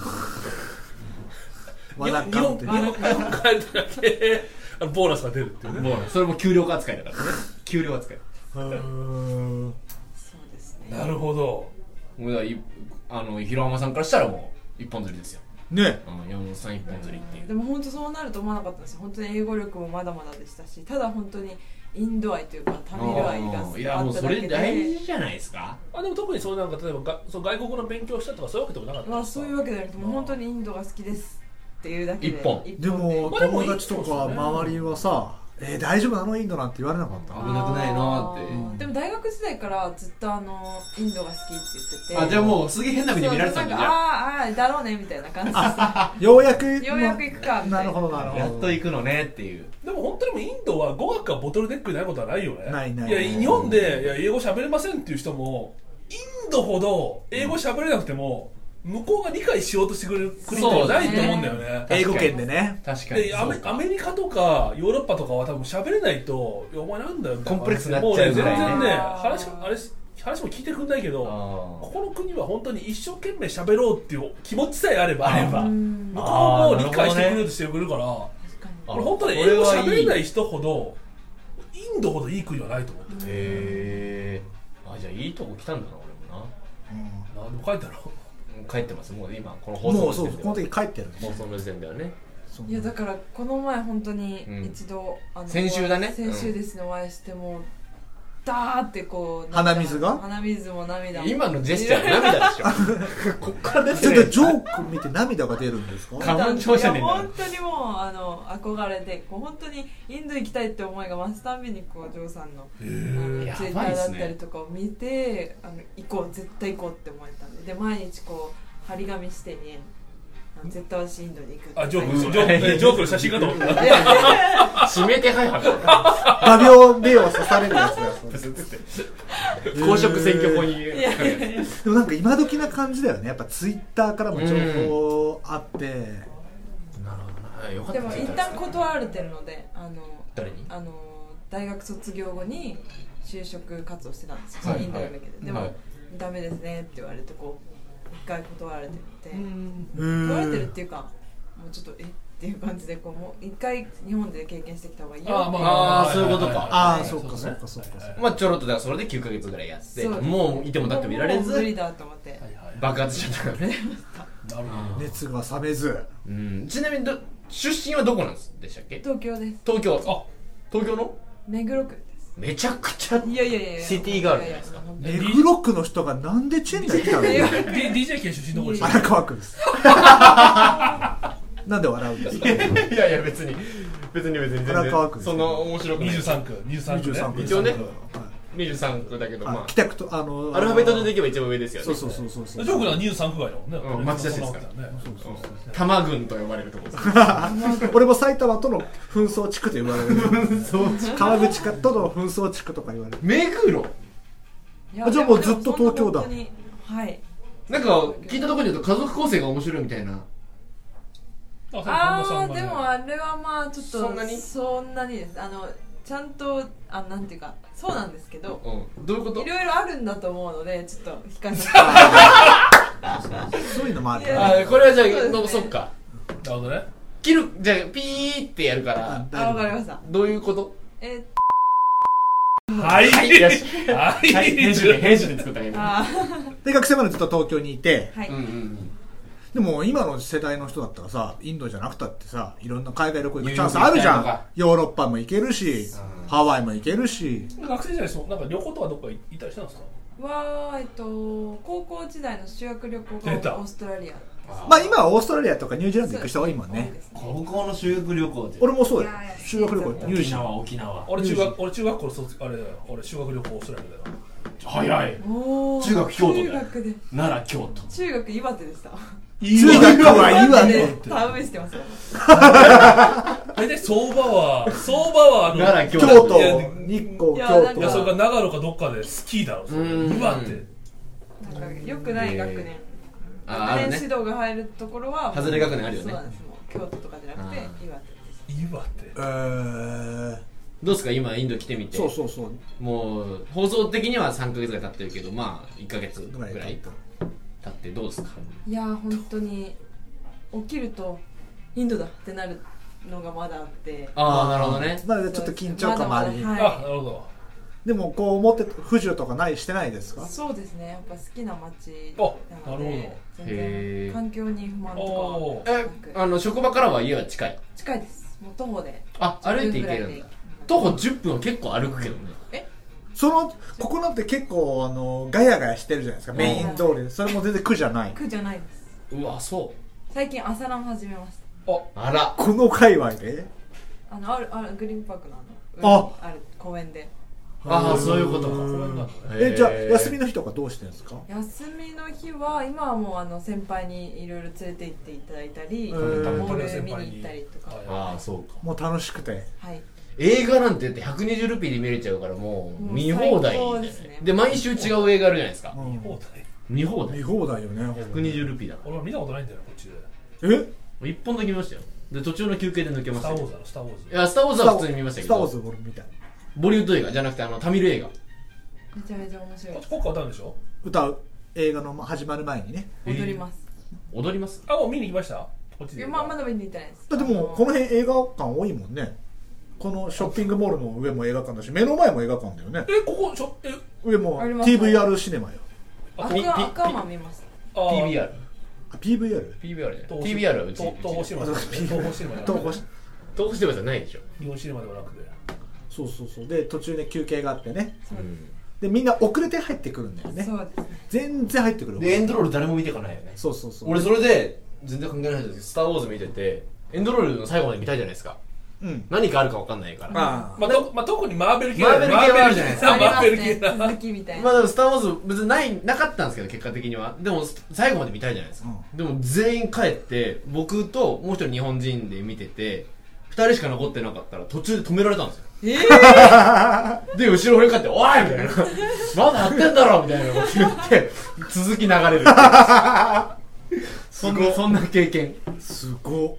[SPEAKER 2] わ
[SPEAKER 3] 日
[SPEAKER 2] だ
[SPEAKER 3] 本日
[SPEAKER 2] かん
[SPEAKER 3] 本
[SPEAKER 2] って
[SPEAKER 3] 日本帰るだけあのボーナスが出るっていうね
[SPEAKER 1] もうそれも給料化扱いだからね給料扱いう
[SPEAKER 2] ーん
[SPEAKER 5] うそうですね
[SPEAKER 3] なるほど
[SPEAKER 1] もうだからいあの平山さんからしたらもう一本釣りですよ、
[SPEAKER 2] ね
[SPEAKER 1] うん、山本さん一本釣りっていう
[SPEAKER 5] でも本当そうなると思わなかったんですよ本当に英語力もまだまだでしたしただ本当にインド愛というかタミル愛があ
[SPEAKER 1] うんいやも
[SPEAKER 5] っ
[SPEAKER 1] う
[SPEAKER 5] た
[SPEAKER 1] そ
[SPEAKER 5] だ
[SPEAKER 1] れ
[SPEAKER 5] け
[SPEAKER 1] 大
[SPEAKER 5] で
[SPEAKER 1] 事じゃないですか
[SPEAKER 3] あでも特にそうなんか例えばがその外国語の勉強したとかそういうわけでもなかった
[SPEAKER 5] ま
[SPEAKER 3] ん
[SPEAKER 5] あ
[SPEAKER 3] ですか
[SPEAKER 5] そういうわけじゃなくてもう本当にインドが好きですっていうだけで
[SPEAKER 1] 一本
[SPEAKER 2] でも
[SPEAKER 5] で
[SPEAKER 3] まあでも
[SPEAKER 2] 友達とか周りはさ「えー大丈夫なのインドなんて言われなかっ
[SPEAKER 1] 危
[SPEAKER 2] た
[SPEAKER 1] なくないなって
[SPEAKER 5] あーでも大学時代からずっとあのインドが好きって言ってて
[SPEAKER 1] あじゃあもうすげえ変な目
[SPEAKER 5] そう
[SPEAKER 1] で見られてたんだ
[SPEAKER 5] な
[SPEAKER 1] じゃ
[SPEAKER 5] か
[SPEAKER 1] あ
[SPEAKER 5] あーあーだろうねみたいな感じで
[SPEAKER 2] ようやく
[SPEAKER 5] すようやく行くかみた
[SPEAKER 2] ないる
[SPEAKER 5] な
[SPEAKER 2] ほどなるほど
[SPEAKER 1] やっと行くのねっていう
[SPEAKER 3] でも本当にもうインドは語学がボトルネックになることはないよね
[SPEAKER 2] ないない
[SPEAKER 3] や日本でいや英語喋れませんっていう人もインドほど英語喋れなくても向こうが理解しようとしてくれる国ってないと思うんだよね
[SPEAKER 1] そう
[SPEAKER 2] 英語圏でね
[SPEAKER 1] 確かに
[SPEAKER 3] でアメ
[SPEAKER 1] そうか
[SPEAKER 3] アメリカとかヨーロッパとかは多分喋れないと「いやお前なんだよ」みたい
[SPEAKER 1] コンプレックスになっちゃうぐらいね
[SPEAKER 3] も全然ね
[SPEAKER 5] あー
[SPEAKER 3] 話もあれし話も聞いてくんないけど
[SPEAKER 1] あー
[SPEAKER 3] ここの国は本当に一生懸命喋ろうっていう気持ちさえあれば
[SPEAKER 1] あれば
[SPEAKER 5] う
[SPEAKER 1] あ
[SPEAKER 3] 向
[SPEAKER 5] ん確
[SPEAKER 3] こうも理解してくれるとしてくれるから、
[SPEAKER 5] かに
[SPEAKER 3] これ本当に
[SPEAKER 1] こ
[SPEAKER 3] 英
[SPEAKER 1] れ
[SPEAKER 3] 語
[SPEAKER 1] はいい
[SPEAKER 3] 喋れない人ほどインドほどいい国はないと思ってて、
[SPEAKER 1] へえあじゃあいいとこ来たんだな俺も
[SPEAKER 3] 何でも書いてある
[SPEAKER 1] なもう帰ってますもう今この放送
[SPEAKER 2] もう
[SPEAKER 1] の時
[SPEAKER 2] そう
[SPEAKER 1] 点で
[SPEAKER 2] この時帰ってるんです
[SPEAKER 4] もうその時点ではね
[SPEAKER 2] そう
[SPEAKER 5] いやだからこの前本当に一度、あの
[SPEAKER 1] 先週だね
[SPEAKER 5] 先週ですね、お会いしてもうダーってこう
[SPEAKER 2] 鼻水が
[SPEAKER 5] 鼻水も涙も
[SPEAKER 1] 今のジェスチャー涙でしょこっから出
[SPEAKER 2] ち
[SPEAKER 1] て
[SPEAKER 2] ょっ
[SPEAKER 1] る
[SPEAKER 2] とジョーク見て涙が出るんですか
[SPEAKER 1] 花粉症じゃねえんだ
[SPEAKER 5] いや本当にもうあの憧れてこう本当にインド行きたいって思いが増すたんびにこうジョーさんのあの
[SPEAKER 1] や
[SPEAKER 5] ツイッタ
[SPEAKER 1] ばい
[SPEAKER 5] ー
[SPEAKER 1] っ
[SPEAKER 5] だ
[SPEAKER 1] す
[SPEAKER 5] っ
[SPEAKER 1] ね
[SPEAKER 5] たりとかを見てあの行こう絶対行こうって思えたんでで毎日こう張り紙してにあの絶対私インドに行くって
[SPEAKER 3] あジョーク、
[SPEAKER 1] うん
[SPEAKER 3] ジョークえジョークの写真かと 思った
[SPEAKER 4] 指名手配犯だ
[SPEAKER 2] 画鋲目を刺されるやつだよそれ
[SPEAKER 4] 公職選挙法に
[SPEAKER 5] いやいやいや
[SPEAKER 2] でもなんか今時な感じだよねやっぱツイッターからも情報あって
[SPEAKER 1] なるほどなよかっ
[SPEAKER 5] で
[SPEAKER 1] た
[SPEAKER 5] も一旦断られてるのであの
[SPEAKER 1] 誰に
[SPEAKER 5] あの大学卒業後に就職活動してたんですよ、
[SPEAKER 1] はい
[SPEAKER 5] インドだけで、
[SPEAKER 1] はい
[SPEAKER 5] でも、
[SPEAKER 1] はい
[SPEAKER 5] ダメですねって言われてこう一回断られてて、
[SPEAKER 2] う
[SPEAKER 5] 断られてるっ
[SPEAKER 2] ん
[SPEAKER 5] ていうかもうちょっとえっていう感じでこうもう一回日本で経験してきた方がいいよ
[SPEAKER 3] あ
[SPEAKER 5] っていう
[SPEAKER 3] ま
[SPEAKER 1] あ
[SPEAKER 3] は
[SPEAKER 1] あ
[SPEAKER 3] い
[SPEAKER 1] そういうことか
[SPEAKER 2] ああ
[SPEAKER 5] そ
[SPEAKER 2] そうっかそっかそっかそっか
[SPEAKER 1] まあちょろっとだからそれで9ヶ月ぐらいやって
[SPEAKER 5] そう
[SPEAKER 1] もういても立ってもいられ
[SPEAKER 5] もう無理
[SPEAKER 1] ず
[SPEAKER 5] だと思って、
[SPEAKER 3] はいはい
[SPEAKER 1] 爆発しちゃったからね
[SPEAKER 3] なるほど
[SPEAKER 2] 熱が冷めず
[SPEAKER 1] うんちなみにど出身はどこなんでしたっけ
[SPEAKER 5] 東京です
[SPEAKER 1] 東京
[SPEAKER 3] あ
[SPEAKER 1] 東京の
[SPEAKER 5] 目黒区です
[SPEAKER 1] めちゃくちゃ
[SPEAKER 5] いやいやいやいや
[SPEAKER 1] シティガールじゃないですか
[SPEAKER 5] やや本当に
[SPEAKER 2] 目黒区の人がなんでチェンダイ来たの
[SPEAKER 3] D- DJ 系出身のこでし ょ
[SPEAKER 2] 荒川区です なんで笑うんですか
[SPEAKER 1] いやいや別に別に別に全
[SPEAKER 2] 荒川区です
[SPEAKER 1] その面白くない
[SPEAKER 3] 23区23区ね
[SPEAKER 2] 23区
[SPEAKER 1] 一応ね
[SPEAKER 2] はい
[SPEAKER 1] 23区だけど
[SPEAKER 2] あ
[SPEAKER 1] ま
[SPEAKER 2] 北区とあの
[SPEAKER 1] あアルファベットででいけば一番上ですよね
[SPEAKER 2] そうそうそうそうそう
[SPEAKER 3] ジョークは23区外だもんね、
[SPEAKER 1] うん町田市ですから
[SPEAKER 3] そんなもんだよね
[SPEAKER 2] そうそうそう
[SPEAKER 1] 多摩郡と呼ばれるとこです
[SPEAKER 2] 俺も埼玉との紛争地区と言われる川口かとの紛争地区とか言われる
[SPEAKER 1] 目黒
[SPEAKER 5] いや
[SPEAKER 2] あじゃあもう
[SPEAKER 5] で
[SPEAKER 2] ずっと東京だ
[SPEAKER 5] そんな本当にはい
[SPEAKER 1] なんか聞いたところによると家族構成が面白いみたいな
[SPEAKER 3] あそう
[SPEAKER 5] あ
[SPEAKER 3] 神
[SPEAKER 5] ー
[SPEAKER 3] 田
[SPEAKER 5] で
[SPEAKER 3] さんがね
[SPEAKER 5] もあれはまあちょっと
[SPEAKER 1] そんなに
[SPEAKER 5] そんなにですあのちゃんとあなんていうかそうなんですけど
[SPEAKER 1] うんどういうこ
[SPEAKER 5] い
[SPEAKER 1] と
[SPEAKER 5] ろいろあるんだと思うのでちょっと控えさせて
[SPEAKER 2] そういうのもある
[SPEAKER 5] い
[SPEAKER 2] よ
[SPEAKER 5] や
[SPEAKER 1] あーこれはじゃあ
[SPEAKER 5] そうですね
[SPEAKER 1] のそっか
[SPEAKER 3] なるほどね
[SPEAKER 1] 切るじゃあピーってやるから
[SPEAKER 2] あ
[SPEAKER 5] あわかりま
[SPEAKER 2] 大
[SPEAKER 5] し
[SPEAKER 2] 丈
[SPEAKER 5] た
[SPEAKER 1] どういうこと
[SPEAKER 5] え
[SPEAKER 3] はい
[SPEAKER 1] はいよし
[SPEAKER 3] はい
[SPEAKER 1] 編集で作ったね
[SPEAKER 5] ー、あ
[SPEAKER 2] 夫で学生までずっと東京にいて
[SPEAKER 5] ーはい、
[SPEAKER 1] うんうん
[SPEAKER 2] でも今の世代の人だったらさインドじゃなくたってさいろんな海外旅行行
[SPEAKER 1] ニューヨーク
[SPEAKER 2] くチャンスあるじゃ
[SPEAKER 1] 行ったりとか
[SPEAKER 2] んヨーロッパも行けるしハワイも行けるし
[SPEAKER 3] 学生時代そうなんか旅行とかどっか行ったりしたんですか
[SPEAKER 5] わーえっと高校時代の修学旅行
[SPEAKER 3] 出た
[SPEAKER 5] がオーストラリア
[SPEAKER 2] まあ今はオーストラリアとかニュージーランド行く人多いもん
[SPEAKER 5] 多い
[SPEAKER 2] ね
[SPEAKER 5] ですね
[SPEAKER 1] 高校の修学旅行で
[SPEAKER 2] 俺もそうだよ
[SPEAKER 5] いやいや
[SPEAKER 2] 修学旅行ニュージーランド
[SPEAKER 1] 沖縄
[SPEAKER 3] 俺中学俺中学校の卒あれだよ俺修学旅行オーストラリアだよ
[SPEAKER 1] 早い
[SPEAKER 5] おー
[SPEAKER 1] 中学京都だよ
[SPEAKER 5] 中学で
[SPEAKER 1] 奈良京都
[SPEAKER 5] 中学岩手でした
[SPEAKER 2] 中学は岩
[SPEAKER 5] で
[SPEAKER 2] 手
[SPEAKER 5] 田植えしてますよ
[SPEAKER 3] 大体相 場は相場はあの
[SPEAKER 1] 奈良京
[SPEAKER 2] 京
[SPEAKER 1] 都
[SPEAKER 2] 都
[SPEAKER 3] いや
[SPEAKER 2] 日光
[SPEAKER 5] いや
[SPEAKER 2] 京
[SPEAKER 5] 都
[SPEAKER 3] い
[SPEAKER 2] 都
[SPEAKER 3] やそれか長野かどっかでスキーだろそれ
[SPEAKER 1] うん
[SPEAKER 3] うわって
[SPEAKER 5] なんか良くない学年
[SPEAKER 1] あ
[SPEAKER 5] 学
[SPEAKER 1] ーあ
[SPEAKER 5] 年
[SPEAKER 1] る
[SPEAKER 5] 指
[SPEAKER 1] ね
[SPEAKER 5] 導が入るところは
[SPEAKER 1] 外れ学年あるよね
[SPEAKER 5] そうなんですもう京都とかじゃなく
[SPEAKER 1] あ
[SPEAKER 5] て
[SPEAKER 1] ー
[SPEAKER 5] 岩手です
[SPEAKER 3] うわって
[SPEAKER 2] えー
[SPEAKER 1] どうですか今インド来てみて
[SPEAKER 2] そうそうそう
[SPEAKER 1] もう放送的には3ヶ月ぐらい経ってるけどまあ1ヶ月ぐ
[SPEAKER 2] ぐら
[SPEAKER 1] ら
[SPEAKER 2] い
[SPEAKER 1] い経ってどうですか
[SPEAKER 5] いやー本当に起きるとインドだってなるのがまだあって
[SPEAKER 1] ああなるほどね
[SPEAKER 2] まだちょっと緊張感もあり
[SPEAKER 5] まだまだはい
[SPEAKER 3] あなるほど
[SPEAKER 2] でもこう思って不自由とかないしてないですか
[SPEAKER 5] そうですねやっぱ好きな街
[SPEAKER 3] あ
[SPEAKER 5] な
[SPEAKER 3] なるほ
[SPEAKER 5] の
[SPEAKER 3] ど
[SPEAKER 5] で全
[SPEAKER 1] へ
[SPEAKER 5] 然
[SPEAKER 1] ー
[SPEAKER 5] 環境に不満と
[SPEAKER 3] お
[SPEAKER 5] かは
[SPEAKER 1] え
[SPEAKER 5] なく
[SPEAKER 1] あの職場からは家は近い
[SPEAKER 5] 近いですもう徒歩で
[SPEAKER 1] あ歩いて行けるんだ徒歩10分は結構歩くけどね
[SPEAKER 2] そのここなんて結構あのガヤガヤしてるじゃないですか
[SPEAKER 1] うん
[SPEAKER 2] メイン通りでそれも全然苦じゃない
[SPEAKER 5] 苦じゃないです
[SPEAKER 1] うわそう
[SPEAKER 5] 最近朝ラン始めまし
[SPEAKER 1] あら
[SPEAKER 2] この界隈で
[SPEAKER 5] たあのあるあるグリーンパークのあの裏にある公園で
[SPEAKER 1] ああそういうことか
[SPEAKER 3] 公園なのね
[SPEAKER 2] えじゃあ休み
[SPEAKER 1] の
[SPEAKER 2] の日とかどうしてるんですか
[SPEAKER 5] 休みの日は今はもうあの先輩にいろいろ連れて行っていただいたり
[SPEAKER 2] へ
[SPEAKER 5] モ
[SPEAKER 2] ー
[SPEAKER 5] ール見に行ったりとか
[SPEAKER 3] はい
[SPEAKER 1] ああそうか
[SPEAKER 2] もう楽しくて
[SPEAKER 5] はい
[SPEAKER 1] 映画なんてだって120ルピーで見れちゃうからもう
[SPEAKER 5] もう
[SPEAKER 1] 見放題
[SPEAKER 5] 最高
[SPEAKER 1] で
[SPEAKER 5] ですね
[SPEAKER 1] で毎週違う映画あるじゃないですか
[SPEAKER 2] うん
[SPEAKER 3] 放題
[SPEAKER 1] 見放
[SPEAKER 2] 見
[SPEAKER 1] 題
[SPEAKER 2] 放題よねほんとに
[SPEAKER 1] 120ルピーだか
[SPEAKER 3] 俺は見たことないんだよこっちで
[SPEAKER 2] え
[SPEAKER 1] ら1本だけ見ましたよで途中の休憩で抜けまし
[SPEAKER 3] スタ
[SPEAKER 1] た
[SPEAKER 3] ー・ウ
[SPEAKER 1] けど
[SPEAKER 3] ォーズだろスター・ウォー
[SPEAKER 1] い
[SPEAKER 3] ズ
[SPEAKER 1] やスター・ウォーズは普通に見ました
[SPEAKER 2] ス
[SPEAKER 1] け
[SPEAKER 2] ター・ウォーズ
[SPEAKER 1] ど
[SPEAKER 2] 俺見たい
[SPEAKER 1] ボリウッド映画じゃなくてあのタミル映画
[SPEAKER 5] めちゃめちゃ面白い
[SPEAKER 3] こっち国歌歌うんでしょ
[SPEAKER 2] 歌う映画の始まる前にね
[SPEAKER 1] えー
[SPEAKER 5] 踊ります
[SPEAKER 1] 踊ります
[SPEAKER 3] あもう見に行きましたこっち
[SPEAKER 5] い
[SPEAKER 3] で
[SPEAKER 5] やまあまだ見に行ってないです
[SPEAKER 2] だってもうこの辺映画館多いもんねこのショッピングモールの上も映画館だし目の前も映画館だよね
[SPEAKER 3] えここちょえ
[SPEAKER 2] 上も
[SPEAKER 5] ありますね
[SPEAKER 2] TVR シネマよ
[SPEAKER 5] あ
[SPEAKER 1] ピ
[SPEAKER 5] の
[SPEAKER 1] ピ
[SPEAKER 5] アクアアクアマン見ました
[SPEAKER 3] あー
[SPEAKER 1] PBR
[SPEAKER 2] あ PVR?
[SPEAKER 1] PBR ね
[SPEAKER 3] 東宝
[SPEAKER 1] TBR はうち
[SPEAKER 3] 東東
[SPEAKER 1] う
[SPEAKER 3] 宝
[SPEAKER 1] ち
[SPEAKER 3] シネマだね
[SPEAKER 2] あそう
[SPEAKER 3] 東宝シ
[SPEAKER 1] 東宝シネ
[SPEAKER 2] 東宝し
[SPEAKER 3] ネマだね
[SPEAKER 1] マじゃないでしょ
[SPEAKER 3] 日本シネマではなくて
[SPEAKER 2] そうそうそうで途中で休憩があってね
[SPEAKER 5] そうです
[SPEAKER 2] でみんな遅れて入ってくるんだよね
[SPEAKER 5] そうですね
[SPEAKER 2] 全然入ってくる
[SPEAKER 1] でエンドロール誰も見てかないよね
[SPEAKER 2] そうそうそう
[SPEAKER 1] 俺それで全然関係ないんですけど「スター・ウォーズ」見ててエンドロールの最後まで見たいじゃないですか
[SPEAKER 2] うん
[SPEAKER 1] 何かあるか分かんないから
[SPEAKER 2] あ
[SPEAKER 3] まあ、とまあ特にマーベル系
[SPEAKER 1] マーベル系はあるじゃないですか
[SPEAKER 3] マーベル系
[SPEAKER 5] ありますね
[SPEAKER 3] な
[SPEAKER 5] 続きみたい
[SPEAKER 1] ま
[SPEAKER 5] な
[SPEAKER 1] あでも「スター・ウォーズ」別にないなかったんですけど結果的にはでも最後まで見たいじゃないですか、でも全員帰って僕ともう一人日本人で見てて二人しか残ってなかったら途中で止められたんですよ
[SPEAKER 5] ええ
[SPEAKER 1] で後ろ振り返って「おい!」みたいな「まだやってんだろ!」みたいなこと言って続き流れる そんなそんな経験
[SPEAKER 2] あすご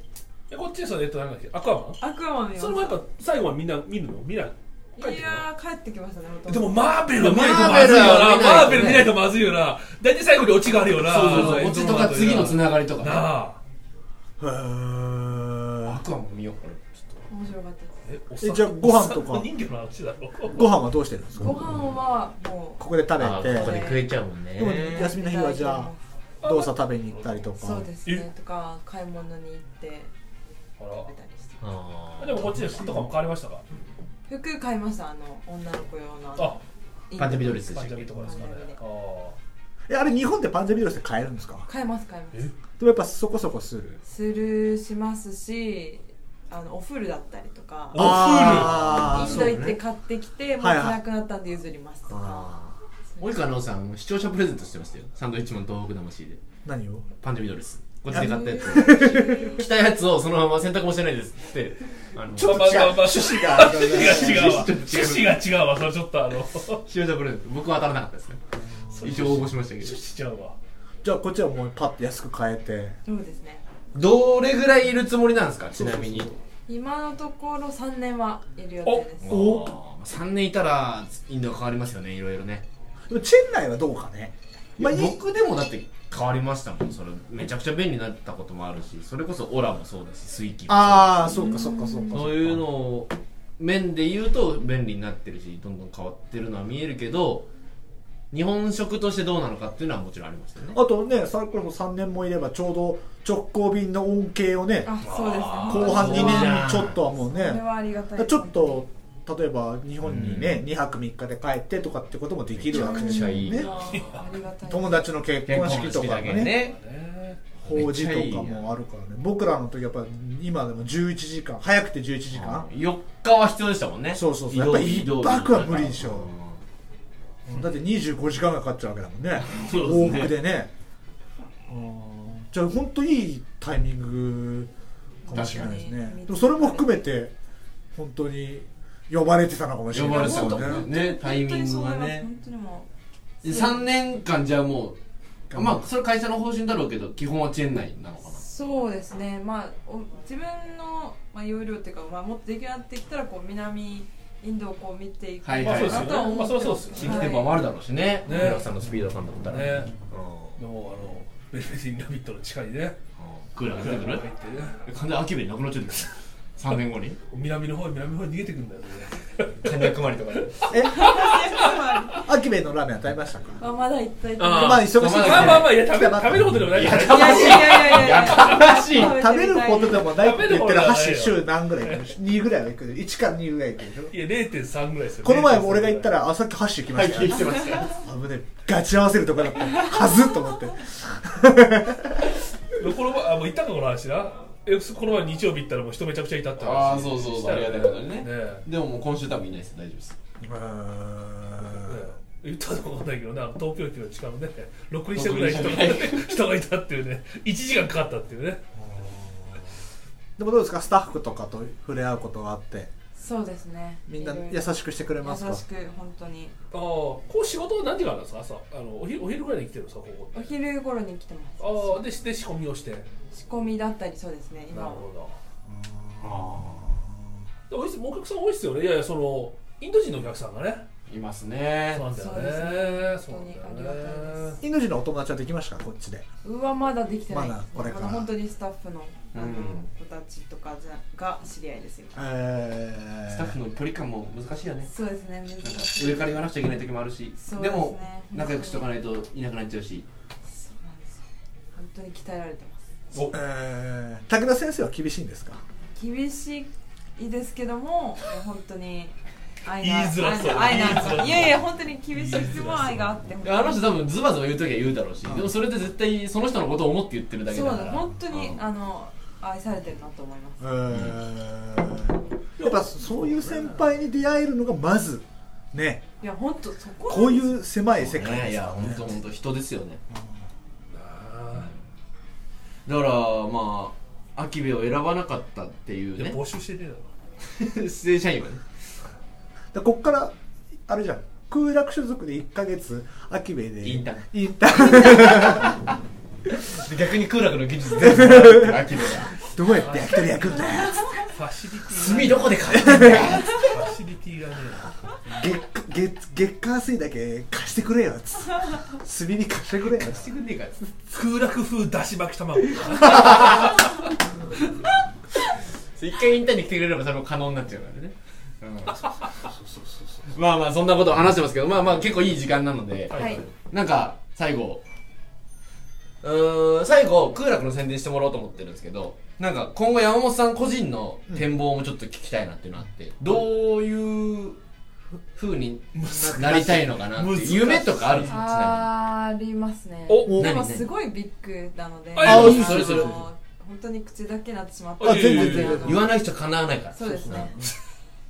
[SPEAKER 3] えこっちでそれえっとなんだっけアクアマ
[SPEAKER 5] アクアマン見
[SPEAKER 3] ン
[SPEAKER 5] ま
[SPEAKER 3] それもやっ
[SPEAKER 5] し
[SPEAKER 3] ぱ最後はみんな見るの見ない帰ったて
[SPEAKER 5] い
[SPEAKER 3] くるの
[SPEAKER 5] やー帰ってきましたねほとん
[SPEAKER 3] で
[SPEAKER 5] ど
[SPEAKER 3] もマーベルは見ないとまずいよなマ
[SPEAKER 1] マ
[SPEAKER 3] ー
[SPEAKER 1] ー
[SPEAKER 3] ベ
[SPEAKER 1] ベ
[SPEAKER 3] ル
[SPEAKER 1] ル見
[SPEAKER 3] 見な
[SPEAKER 1] ないい
[SPEAKER 3] とまずいよな大体最後にオチがあるよな
[SPEAKER 1] そうそうそうオチとか次のつ
[SPEAKER 3] な
[SPEAKER 1] ながりとか
[SPEAKER 3] なあ
[SPEAKER 2] いへ
[SPEAKER 1] ア
[SPEAKER 2] え
[SPEAKER 1] クアも見ようこれちょっ
[SPEAKER 5] 面白かったです
[SPEAKER 3] えおっ
[SPEAKER 2] えじゃあご飯とか
[SPEAKER 3] おっさんの人魚の話だろ
[SPEAKER 2] ご飯はどうしてるんですか
[SPEAKER 5] ご飯はもう
[SPEAKER 2] ここで食
[SPEAKER 1] と
[SPEAKER 2] べ
[SPEAKER 1] あここ
[SPEAKER 2] て
[SPEAKER 1] で食えちゃうもんね
[SPEAKER 2] でも休みの日はじゃあ動作食べに行ったりとか
[SPEAKER 5] そうです
[SPEAKER 3] え
[SPEAKER 5] ねとか買い物に行って食べたりして
[SPEAKER 1] あ
[SPEAKER 3] あ
[SPEAKER 1] ー
[SPEAKER 3] らでもこっちで服とかも変わりましたか
[SPEAKER 5] 服買いましたあの女の子用の
[SPEAKER 3] あ
[SPEAKER 5] いい
[SPEAKER 1] パンジャビドレスで
[SPEAKER 3] パ
[SPEAKER 1] し
[SPEAKER 3] ン
[SPEAKER 1] た
[SPEAKER 3] ジャ
[SPEAKER 1] っ
[SPEAKER 3] ビ
[SPEAKER 1] け
[SPEAKER 3] とかですかねあ
[SPEAKER 2] えあれ日本でパンジャビドレスで買えるんですか
[SPEAKER 5] 買います買います
[SPEAKER 2] でもやっぱそこそこする
[SPEAKER 5] するしますしあのおフルだったりとか
[SPEAKER 3] お
[SPEAKER 2] あ
[SPEAKER 3] あ
[SPEAKER 5] イン
[SPEAKER 2] ー
[SPEAKER 5] ド
[SPEAKER 2] そう
[SPEAKER 5] 行って買ってきてもう
[SPEAKER 2] は
[SPEAKER 5] 着
[SPEAKER 2] いはい
[SPEAKER 5] なくなったんで譲りますとか
[SPEAKER 2] あ
[SPEAKER 1] 及川奈緒さん視聴者プレゼントしてましたよサンドウィッチマン東北魂で
[SPEAKER 2] ー何をあ
[SPEAKER 1] パンジャビドレスこっちで買ったやつ
[SPEAKER 5] え
[SPEAKER 1] 着たやつをそのまま洗濯もしてないですってあの視聴
[SPEAKER 3] まあまあまあ趣
[SPEAKER 2] 旨が
[SPEAKER 3] 旨が違うわ
[SPEAKER 1] ちょっと
[SPEAKER 3] 趣旨が違うわそれちょっとあの趣
[SPEAKER 1] 者プレゼント僕は当たらなかったですね一応応募しましたけ
[SPEAKER 3] 旨
[SPEAKER 1] ど
[SPEAKER 3] ちゃうわ
[SPEAKER 2] じゃあこっちはもうパッて安く買えて
[SPEAKER 5] そうですね
[SPEAKER 1] どれぐらいいるつもりなんですかちなみに
[SPEAKER 5] 今のところ3年はいる予定です
[SPEAKER 2] お
[SPEAKER 1] 3年いたらインドは変わりますよねいろいろね
[SPEAKER 2] でもチェン内はどうかねまあいい
[SPEAKER 1] 僕でもだって変わりましたもんそれめちゃくちゃ便利になったこともあるしそれこそオラもそうだしスイキもそうだし
[SPEAKER 2] ああそうかそうかそうか
[SPEAKER 1] そういうのを面で言うと便利になってるしどんどん変わってるのは見えるけど日本食としてどうなのかっていうのはもちろんありますよね
[SPEAKER 2] あとねさっきも3年もいればちょうど直行便の恩恵をね
[SPEAKER 5] あそうですね
[SPEAKER 2] 後半
[SPEAKER 1] に
[SPEAKER 2] 2
[SPEAKER 1] ね
[SPEAKER 2] 年ちょっとはもう
[SPEAKER 5] これ
[SPEAKER 2] ね
[SPEAKER 5] はありがたい
[SPEAKER 2] ちょっと例えば日本に
[SPEAKER 1] う
[SPEAKER 2] ね2泊3日で帰ってとかってこともできるわ
[SPEAKER 1] め
[SPEAKER 2] けで
[SPEAKER 1] ち
[SPEAKER 2] す
[SPEAKER 1] ゃく
[SPEAKER 2] よ
[SPEAKER 1] ちゃいい
[SPEAKER 2] ね
[SPEAKER 5] ありがたい
[SPEAKER 2] 友達の結婚式とかもね
[SPEAKER 3] ね
[SPEAKER 2] 法事とかもあるからね僕らの時やっぱ今でも11時間早くて11時間
[SPEAKER 1] 4日は必要でしたもんね
[SPEAKER 2] そうそうそう
[SPEAKER 1] 移動
[SPEAKER 2] やっぱり
[SPEAKER 1] 移動
[SPEAKER 2] 一泊は無理でしょ
[SPEAKER 1] うん
[SPEAKER 2] だって25時間がかかっちゃうわけだもんね
[SPEAKER 1] そうですね
[SPEAKER 2] 往復でねうんじゃあ本当にいいタイミングかもしれないです
[SPEAKER 5] 確か
[SPEAKER 2] ね
[SPEAKER 5] に
[SPEAKER 2] でもそれも含めて本当に呼ばれてたのかもしれ
[SPEAKER 1] 呼
[SPEAKER 2] な
[SPEAKER 1] ば
[SPEAKER 2] い
[SPEAKER 1] れ
[SPEAKER 2] で
[SPEAKER 1] て
[SPEAKER 2] す
[SPEAKER 1] た
[SPEAKER 2] よ
[SPEAKER 1] も
[SPEAKER 2] ね
[SPEAKER 1] んねタイミングがね
[SPEAKER 5] 本当にもう
[SPEAKER 1] 3年間じゃあもうまあそれ会社の方針だろうけど基本はチェーン内なのかな
[SPEAKER 5] そうですねまあお自分の、まあ、容量っていうか、まあ、もっと出来上がってきたらこう南インドをこう見ていく
[SPEAKER 1] はい
[SPEAKER 3] まあそうですよ
[SPEAKER 5] なとは
[SPEAKER 3] ねま
[SPEAKER 5] 思
[SPEAKER 3] あ
[SPEAKER 5] っ
[SPEAKER 3] そ
[SPEAKER 5] て
[SPEAKER 3] り
[SPEAKER 5] ま
[SPEAKER 3] ゃそうで
[SPEAKER 5] す
[SPEAKER 3] すよね
[SPEAKER 1] 新規店舗もあるだろうしね
[SPEAKER 3] ね
[SPEAKER 1] 村木さんのスピード感だったら
[SPEAKER 3] ね
[SPEAKER 1] うん
[SPEAKER 3] でもあのベルベティンラビットの近いね
[SPEAKER 1] クーラーが出てくる
[SPEAKER 3] 入ってね
[SPEAKER 1] 完全にアキベになくなっちゃうんです3年後に
[SPEAKER 3] 南の方へ南の方へ逃げてくんだよね
[SPEAKER 1] まりとかで
[SPEAKER 2] え
[SPEAKER 5] は
[SPEAKER 2] アキベイのラーメンは食べましたか
[SPEAKER 5] まだいっぱい食べ
[SPEAKER 1] あー
[SPEAKER 2] まあ忙しいですね
[SPEAKER 3] まあまあまあいや食べ
[SPEAKER 2] 来たばっか
[SPEAKER 3] 食べるほどでもないから
[SPEAKER 5] いやいやいやいや
[SPEAKER 1] 悲しい
[SPEAKER 2] 食べるほどでもないって言ってる箸
[SPEAKER 3] 食べ
[SPEAKER 2] 週何ぐらい行くの2ぐらいは行く1か2ぐらい行くでしょ
[SPEAKER 3] いや0.3ぐらいですよ
[SPEAKER 2] この前俺が
[SPEAKER 3] 言
[SPEAKER 2] 行ったらあさっき箸行きま
[SPEAKER 1] はい
[SPEAKER 2] した
[SPEAKER 1] 聞
[SPEAKER 2] よ
[SPEAKER 1] いてますよ
[SPEAKER 2] 危ねえガチ合わせるとこだったはずと思って
[SPEAKER 3] この前あもう行ったかこの話なえこの前日曜日行ったらもう人めちゃくちゃいたって話
[SPEAKER 1] ああそうそうそうありがたいことにね
[SPEAKER 3] ねえ
[SPEAKER 1] でももう今週多分いないです大丈夫です
[SPEAKER 3] ねえ言ったのかわかんないけどな東京駅の近くね6人ぐらい人が人がいたっていうね1時間かかったっていうね
[SPEAKER 2] でもどうですかスタッフとかと触れ合うことがあって
[SPEAKER 5] そうですね
[SPEAKER 2] みんない
[SPEAKER 5] ろいろ
[SPEAKER 2] 優しくしてくれますか
[SPEAKER 5] 優しく本当に
[SPEAKER 3] ああこう仕事は何時からなんですか朝あのお昼お昼ぐらいに来てるんですかこ
[SPEAKER 5] お昼頃に来てま
[SPEAKER 3] こああでして仕込みをしてなる
[SPEAKER 5] す仕込みだったりそうですね今は
[SPEAKER 3] ほどでもおいしもうお客さん多いですよねいやいやそのインド人のお客さんがね
[SPEAKER 1] いますね
[SPEAKER 3] そうなんだよね
[SPEAKER 5] そ
[SPEAKER 3] そうう
[SPEAKER 5] ですね
[SPEAKER 3] な
[SPEAKER 5] 本
[SPEAKER 3] ん
[SPEAKER 5] 当
[SPEAKER 3] だ
[SPEAKER 5] に
[SPEAKER 3] よ
[SPEAKER 5] ありがたい
[SPEAKER 3] ね
[SPEAKER 5] で
[SPEAKER 2] インド人のお友達はできましたかこっちで
[SPEAKER 5] うわまだできてない
[SPEAKER 2] まだこれから
[SPEAKER 5] まだ本当にスタッフのあの
[SPEAKER 1] うん
[SPEAKER 5] 子たちとかじゃが知り合いですよ
[SPEAKER 2] え
[SPEAKER 1] スタッフの距離感も難しいよね
[SPEAKER 5] そうですね難しい
[SPEAKER 1] 上から言わなくちゃいけない時もあるし
[SPEAKER 5] そう
[SPEAKER 1] です
[SPEAKER 5] ね
[SPEAKER 1] も仲良くしとかないといなくなっちゃうし
[SPEAKER 5] そうなんですよ本当に鍛えられてます
[SPEAKER 3] お
[SPEAKER 2] えー武田先生は厳しいんですか
[SPEAKER 5] 厳しいですけども本当に愛が
[SPEAKER 3] 言いづらそう
[SPEAKER 5] 愛が愛が
[SPEAKER 3] 言いづらそう
[SPEAKER 5] いやいや本当に厳しい質問愛があって
[SPEAKER 1] あの人多分ズバズバ言う時は言うだろうしでもそれで絶対その人のことを思って言ってるだけ
[SPEAKER 5] そ
[SPEAKER 1] だ
[SPEAKER 5] う
[SPEAKER 1] から
[SPEAKER 5] だ本当に、
[SPEAKER 1] うん
[SPEAKER 5] あの愛されてるなと思いま
[SPEAKER 2] えーやっぱそういう先輩に出会えるのがまずね
[SPEAKER 5] すいや本当そこ
[SPEAKER 2] こういう狭い世界
[SPEAKER 1] ねい
[SPEAKER 2] です
[SPEAKER 1] や
[SPEAKER 2] から
[SPEAKER 1] 本
[SPEAKER 2] ね
[SPEAKER 1] 当本当人ですよね
[SPEAKER 3] あ
[SPEAKER 1] だからまあアキベを選ばなかったってい
[SPEAKER 3] ー
[SPEAKER 1] う
[SPEAKER 3] で
[SPEAKER 1] ね
[SPEAKER 3] 募集してねえだろ
[SPEAKER 1] 出演社員はね
[SPEAKER 2] でこっからあれじゃん空楽所属で1か月アキベイで
[SPEAKER 1] インターン
[SPEAKER 2] インターン
[SPEAKER 1] 逆に空楽の技術全部習ってるアキベが
[SPEAKER 2] どうやってやってる役んだよ
[SPEAKER 3] ファシリティ
[SPEAKER 1] 炭どこで買ってんだよ
[SPEAKER 3] ファシリティがね
[SPEAKER 2] 月月月火水だけ貸してくれよつって炭火貸してくれ よつって
[SPEAKER 1] してくんねえかっつって
[SPEAKER 3] 空楽風だし巻き 卵
[SPEAKER 1] 一回インターンに来てくれればそれも可能になっちゃうからねまあまあそんなこと話してますけどまあまあ結構いい時間なので
[SPEAKER 5] はい
[SPEAKER 1] なんか最後うーん最後空楽の宣伝してもらおうと思ってるんですけどなんか今後山本さん個人の展望もちょっと聞きたいなっていうのがあって、どういうふうになりたいのかなっていう夢とかあるんですか
[SPEAKER 5] ありますね
[SPEAKER 3] お
[SPEAKER 5] でも
[SPEAKER 1] 何
[SPEAKER 5] すごいビッグなので
[SPEAKER 3] あいいです
[SPEAKER 5] あの
[SPEAKER 1] それそれ
[SPEAKER 5] 本当に口だけになってしまっ
[SPEAKER 3] あ
[SPEAKER 5] た
[SPEAKER 3] いえいえいえ
[SPEAKER 5] 全然
[SPEAKER 1] 言わない人叶わないから
[SPEAKER 5] そうですね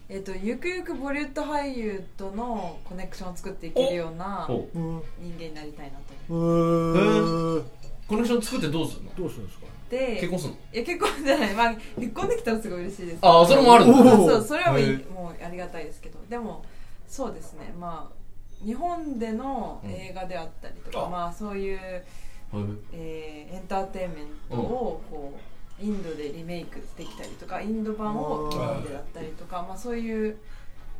[SPEAKER 5] えっとゆくゆくボリュッド俳優とのコネクションを作っていけるような
[SPEAKER 1] ほう
[SPEAKER 2] うん
[SPEAKER 5] 人間になりたいなと思
[SPEAKER 2] うーん
[SPEAKER 1] コネクション作ってどうするの
[SPEAKER 2] どうするんですか
[SPEAKER 5] って
[SPEAKER 1] 結婚するの
[SPEAKER 5] いや結婚じゃないまあ結婚できたらすごい嬉しいです
[SPEAKER 1] ああそれもあるんだ
[SPEAKER 2] おー
[SPEAKER 5] そうそれはもうい
[SPEAKER 1] へ
[SPEAKER 5] いもうありがたいですけどでもそうですねまあ日本での映画であったりとか、
[SPEAKER 3] うん
[SPEAKER 5] まあそういう、えーエンターテインメントをこうインドでリメイクできたりとかインド版を日本でだったりとか、まあ、そういう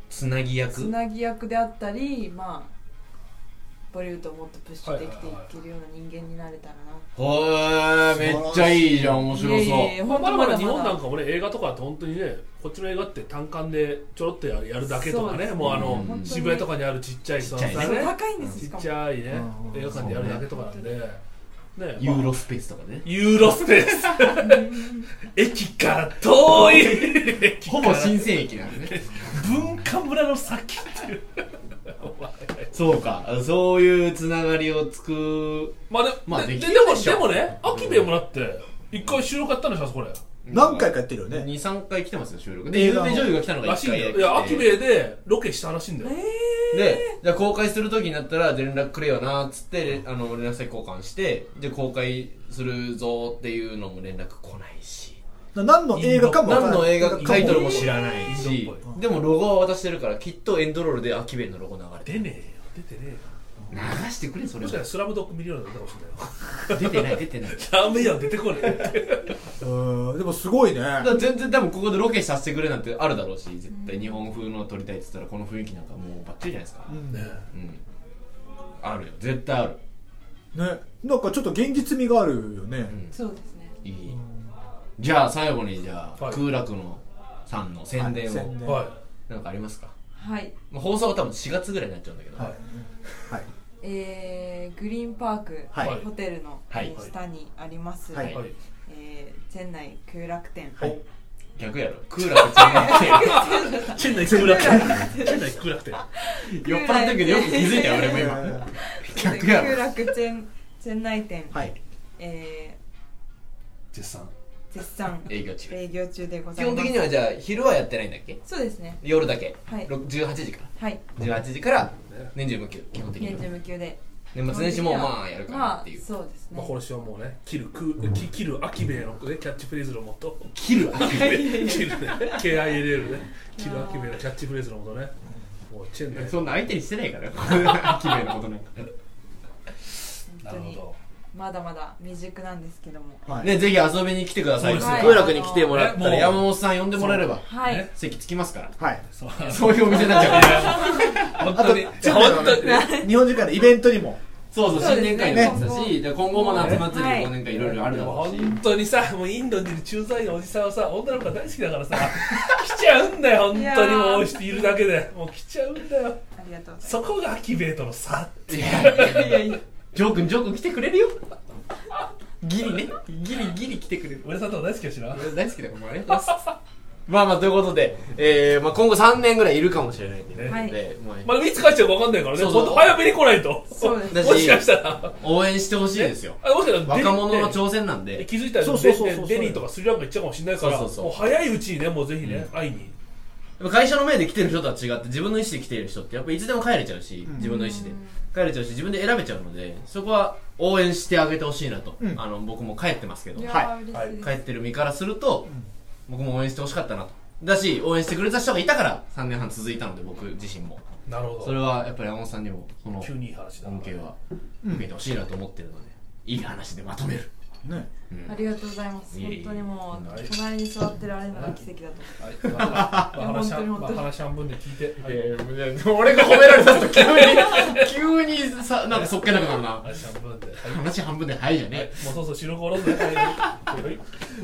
[SPEAKER 1] つなぎ役
[SPEAKER 5] つなぎ役であったりまあボリュートをもっとプッシュできていけるような人間になれたらな
[SPEAKER 1] へえめっちゃいいじゃん面白
[SPEAKER 5] いやいやい
[SPEAKER 1] そ
[SPEAKER 5] や
[SPEAKER 3] ま
[SPEAKER 5] ほ
[SPEAKER 3] あ
[SPEAKER 5] ん
[SPEAKER 3] ま
[SPEAKER 5] と
[SPEAKER 3] だまだ
[SPEAKER 5] まだま
[SPEAKER 3] 日本なん
[SPEAKER 5] だ
[SPEAKER 3] かもね映画とかって本当にねこっちの映画って単館でちょろっとやるだけとかね
[SPEAKER 5] そう
[SPEAKER 3] もうあ
[SPEAKER 1] うん
[SPEAKER 3] の
[SPEAKER 1] 本当に
[SPEAKER 3] 渋谷とかにあるちっちゃいさ
[SPEAKER 1] ちっちゃいね
[SPEAKER 5] そう高いんです
[SPEAKER 3] ち
[SPEAKER 5] しか
[SPEAKER 3] っ
[SPEAKER 5] も
[SPEAKER 3] ちゃいね
[SPEAKER 2] うん
[SPEAKER 3] 映画館でやるだけとかなんで
[SPEAKER 1] う
[SPEAKER 3] ねま
[SPEAKER 1] ユ
[SPEAKER 3] あ
[SPEAKER 1] ーロスペースとかね
[SPEAKER 3] ユーロ スペース駅から遠い駅か
[SPEAKER 1] ほ
[SPEAKER 3] ら
[SPEAKER 1] ぼ新鮮駅なんでね
[SPEAKER 3] 文化村の先っていう
[SPEAKER 1] そうかそういうつながりを作
[SPEAKER 3] まあで,、
[SPEAKER 1] まあ
[SPEAKER 3] で
[SPEAKER 1] でき
[SPEAKER 3] で
[SPEAKER 1] る
[SPEAKER 3] も
[SPEAKER 1] でしょ
[SPEAKER 3] でもねアキベもらって一回収録やったんでしょこれ
[SPEAKER 2] 何回かやってるよね
[SPEAKER 1] 23回来てますよ収録で有名女優が来たのが
[SPEAKER 3] らしい
[SPEAKER 1] 1
[SPEAKER 3] んだ
[SPEAKER 1] 回
[SPEAKER 3] よいやア
[SPEAKER 1] 来て
[SPEAKER 3] キベでロケしたらしいんだよ
[SPEAKER 1] でじゃあ公開する時になったら連絡くれよなっつってあの連絡先交換してで公開するぞっていうのも連絡来ないし
[SPEAKER 2] な何の映画かもわか
[SPEAKER 1] 何
[SPEAKER 2] らな
[SPEAKER 1] の
[SPEAKER 2] い
[SPEAKER 1] 映画
[SPEAKER 2] かも
[SPEAKER 1] タイトルも知らない
[SPEAKER 3] イン
[SPEAKER 1] し
[SPEAKER 3] ドっぽ
[SPEAKER 1] でもロゴは渡してるからきっとエンドロールでアキベのロゴ流れて
[SPEAKER 3] 出
[SPEAKER 1] る
[SPEAKER 3] ねえよ出てねえよ
[SPEAKER 1] 流してくれそれ
[SPEAKER 3] も
[SPEAKER 1] は
[SPEAKER 3] しかしたらスラムドッグ見るようになったかもしれない
[SPEAKER 1] 出
[SPEAKER 3] よ
[SPEAKER 1] てない出てない
[SPEAKER 3] ダメやん出てこない
[SPEAKER 2] えーでもすごい ね
[SPEAKER 1] だから全然多分ここでロケさせてくれなんてあるだろうし絶対日本風の撮りたいって言ったらこの雰囲気なんかもうバッチリじゃないですか
[SPEAKER 2] うん
[SPEAKER 3] ね
[SPEAKER 2] ね
[SPEAKER 1] うんあるよ絶対ある
[SPEAKER 2] なんかちょっと現実味があるよね
[SPEAKER 1] ん
[SPEAKER 5] そうですね
[SPEAKER 1] いいじゃあ最後にじゃあ
[SPEAKER 3] はい
[SPEAKER 1] 空楽のさんの宣伝
[SPEAKER 2] はい
[SPEAKER 1] を
[SPEAKER 2] 宣伝
[SPEAKER 3] はい
[SPEAKER 1] なんかありますか
[SPEAKER 5] はい、
[SPEAKER 1] まあ放送は多分4月ぐらいになっちゃうんだけど、
[SPEAKER 2] はいはい
[SPEAKER 5] えー、グリーンパーク、
[SPEAKER 2] はい
[SPEAKER 5] ホテルの、
[SPEAKER 1] はい
[SPEAKER 5] えー下にあります、
[SPEAKER 2] はい
[SPEAKER 3] はい
[SPEAKER 5] えー、チェン内空楽店、
[SPEAKER 2] はい
[SPEAKER 1] 逆やろクーラーとチェーン店
[SPEAKER 3] チェンナイク ーラー店チェンナイクーラー店
[SPEAKER 1] 酔っ払ってるけどよく気づいたよ俺も 今逆やろ
[SPEAKER 5] 空楽チェンチェン内店、
[SPEAKER 2] はい
[SPEAKER 5] え
[SPEAKER 3] 絶賛
[SPEAKER 5] ー、絶賛
[SPEAKER 1] 営業中
[SPEAKER 5] 営業中でござ
[SPEAKER 1] 基
[SPEAKER 5] い
[SPEAKER 1] 本
[SPEAKER 5] ます
[SPEAKER 1] 的にはじゃあ昼はやってないんだっけ
[SPEAKER 5] そうですね
[SPEAKER 1] 夜だけ、
[SPEAKER 5] はい
[SPEAKER 1] ろく18時から
[SPEAKER 5] はい
[SPEAKER 1] 18時から年中無休基本的
[SPEAKER 5] 現
[SPEAKER 1] に
[SPEAKER 5] 地無休で
[SPEAKER 1] 年末年始もまあやるかなっていう、
[SPEAKER 5] まあ、そうですね、
[SPEAKER 3] まあこれしはもうね切るクーき切るアキベのねキャッチフレーズのもと
[SPEAKER 1] 切る
[SPEAKER 3] キルね KILL ねキルアキベのキャッチフレーズのもとねもうチェンナイ
[SPEAKER 1] そんな相手にして ないから秋めのことなんか
[SPEAKER 3] な
[SPEAKER 5] 本
[SPEAKER 3] る
[SPEAKER 5] 当
[SPEAKER 3] ほ
[SPEAKER 5] に
[SPEAKER 3] ど
[SPEAKER 5] まだまだ未熟なんですけども
[SPEAKER 2] はい
[SPEAKER 1] ねぜひ遊びに来てください
[SPEAKER 3] そうですね
[SPEAKER 1] 空楽に来てもらったら
[SPEAKER 3] ねもう
[SPEAKER 1] 山本さん呼んでもらえれば
[SPEAKER 5] はい、
[SPEAKER 3] ね
[SPEAKER 1] 席つきますから
[SPEAKER 2] はい
[SPEAKER 3] そう
[SPEAKER 1] そういうお店になっちゃうから
[SPEAKER 2] あ
[SPEAKER 3] 本当
[SPEAKER 2] と
[SPEAKER 3] に
[SPEAKER 2] ちょっとね日本時間のイベントにも
[SPEAKER 1] そうそう
[SPEAKER 5] そう
[SPEAKER 1] 新
[SPEAKER 5] ですね
[SPEAKER 1] 年会もそうだし、で今後も夏祭り
[SPEAKER 5] はい
[SPEAKER 1] 忘年会いろいろある
[SPEAKER 3] で
[SPEAKER 1] だ
[SPEAKER 3] も
[SPEAKER 1] ろうし
[SPEAKER 3] 本当にさもうインドにいる駐在のおじさんはさ女の子が大好きだからさ 来ちゃうんだよ本当にもうしているだけでもう来ちゃうんだよ
[SPEAKER 5] ありがとうございます
[SPEAKER 3] そこがアキベとの差
[SPEAKER 1] いやいやいやジョー君ジョー君来てくれるよギリねギリギリ来てくれる
[SPEAKER 3] 上田さんとか大好きだしな
[SPEAKER 1] 俺大好きだからもうありがとうございますまあまあということで、えーまあ、今後3年ぐらいいるかもしれないんでね、
[SPEAKER 5] はい
[SPEAKER 1] でまあ
[SPEAKER 3] まあいつ帰っちゃうか分かんないからね
[SPEAKER 1] そうそう
[SPEAKER 3] ほんと早めに来ないと
[SPEAKER 5] そうです
[SPEAKER 1] だ
[SPEAKER 3] もしかしたら
[SPEAKER 1] 応援してほしいですよ
[SPEAKER 3] あもしかしたらデリ
[SPEAKER 1] 若者の挑戦なんで、
[SPEAKER 3] ね気づいたら
[SPEAKER 2] そうそうそうそう
[SPEAKER 3] デデデニーとかスリランカ行っちゃうかもしれないから
[SPEAKER 1] そうそうそう
[SPEAKER 3] もう早いうちにねもうぜひね、会いに
[SPEAKER 1] やっぱ会社の目で来てる人とは違って自分の意思で来てる人ってやっぱいつでも帰れちゃうし、自分の意思で帰れちゃうし自分で選べちゃうのでそこは応援してあげてほしいなと、
[SPEAKER 2] うん
[SPEAKER 1] あの僕も帰ってますけど
[SPEAKER 5] いや
[SPEAKER 2] は
[SPEAKER 5] ー嬉しいです、
[SPEAKER 1] 帰ってる身からすると、僕も応援してほしかったなとだし応援してくれた人がいたから3年半続いたので僕自身も
[SPEAKER 3] なるほ
[SPEAKER 1] それ
[SPEAKER 3] ど
[SPEAKER 1] はやっぱり山本さんにもその
[SPEAKER 3] 急にいい話だ
[SPEAKER 1] 恩恵は受けてほしいなと思ってるので、いい話でまとめる
[SPEAKER 2] ね
[SPEAKER 5] ありがとうございます
[SPEAKER 1] いえい
[SPEAKER 5] 本
[SPEAKER 1] え
[SPEAKER 5] 当にもう
[SPEAKER 3] はい
[SPEAKER 5] 隣に座ってられるのが奇跡だと
[SPEAKER 3] はいまあまあまあ話し半
[SPEAKER 5] いや本当に
[SPEAKER 3] ま
[SPEAKER 5] 本当
[SPEAKER 3] あ
[SPEAKER 5] に
[SPEAKER 3] 話半分で聞いて、はい
[SPEAKER 1] 俺が褒められたと急に急にさなんかそっけなくなるな
[SPEAKER 3] 話半分で、はい
[SPEAKER 1] 話半分で早いじゃ
[SPEAKER 3] はい
[SPEAKER 1] ね、
[SPEAKER 3] もうそうそう白頃 ですねはいは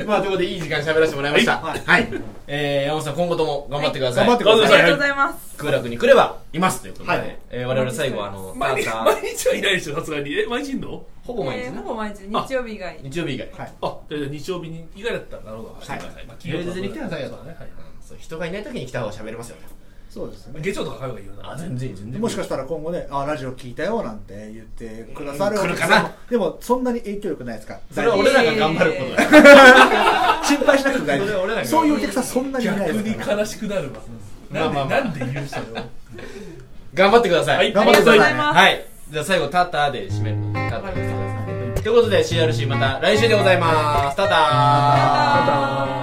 [SPEAKER 3] い
[SPEAKER 1] まあということでいい時間喋らせてもらいましたはい、えー、山本さん今後とも頑張ってください、
[SPEAKER 2] 頑張ってくだ
[SPEAKER 5] 思
[SPEAKER 2] さ
[SPEAKER 5] っ
[SPEAKER 2] い
[SPEAKER 5] てありがとうございます
[SPEAKER 1] 空楽に来ればいますということで、
[SPEAKER 2] はい
[SPEAKER 1] えー我々最後あのタ
[SPEAKER 3] 毎
[SPEAKER 1] ー
[SPEAKER 3] 日
[SPEAKER 1] ター
[SPEAKER 3] 毎日はいないでしょさすがにえ毎日いんの
[SPEAKER 1] ほぼ毎日ね
[SPEAKER 5] えー、ほぼ毎日日曜日以外
[SPEAKER 1] 日曜日以外、
[SPEAKER 2] はい
[SPEAKER 3] あじゃあ日曜日に以外だったらなるほど来てください、まあ金曜
[SPEAKER 1] 平
[SPEAKER 3] 日
[SPEAKER 1] 日に来てくださいよ
[SPEAKER 3] そ
[SPEAKER 1] と
[SPEAKER 3] うだねはい
[SPEAKER 1] そう人がいない時に来た方が喋れますよね
[SPEAKER 2] そうですね
[SPEAKER 3] 下長とか会うがいいよな
[SPEAKER 1] 然全
[SPEAKER 2] もしかしたら今後ね、あラジオ聞いたよなんて言ってくださる
[SPEAKER 1] うん来るかな
[SPEAKER 2] でも、そんなに影響力ないですから。
[SPEAKER 1] それは俺らが頑張ることだよ、
[SPEAKER 2] 心配しなくても大丈
[SPEAKER 1] それは俺ら
[SPEAKER 2] 夫。
[SPEAKER 1] が
[SPEAKER 2] そういうお客さんそんなにいないで
[SPEAKER 3] 逆
[SPEAKER 2] すから。
[SPEAKER 3] に悲しくなるわ
[SPEAKER 1] まあまあまあ
[SPEAKER 3] なんでなんで言う人よ
[SPEAKER 1] 頑張ってください、
[SPEAKER 2] 頑張ってくださいね
[SPEAKER 5] ありがとうございます
[SPEAKER 1] はいじゃあ最後タタで締めるのでタタでしてくださいということで CRC また来週でございますタタ
[SPEAKER 5] バイバイ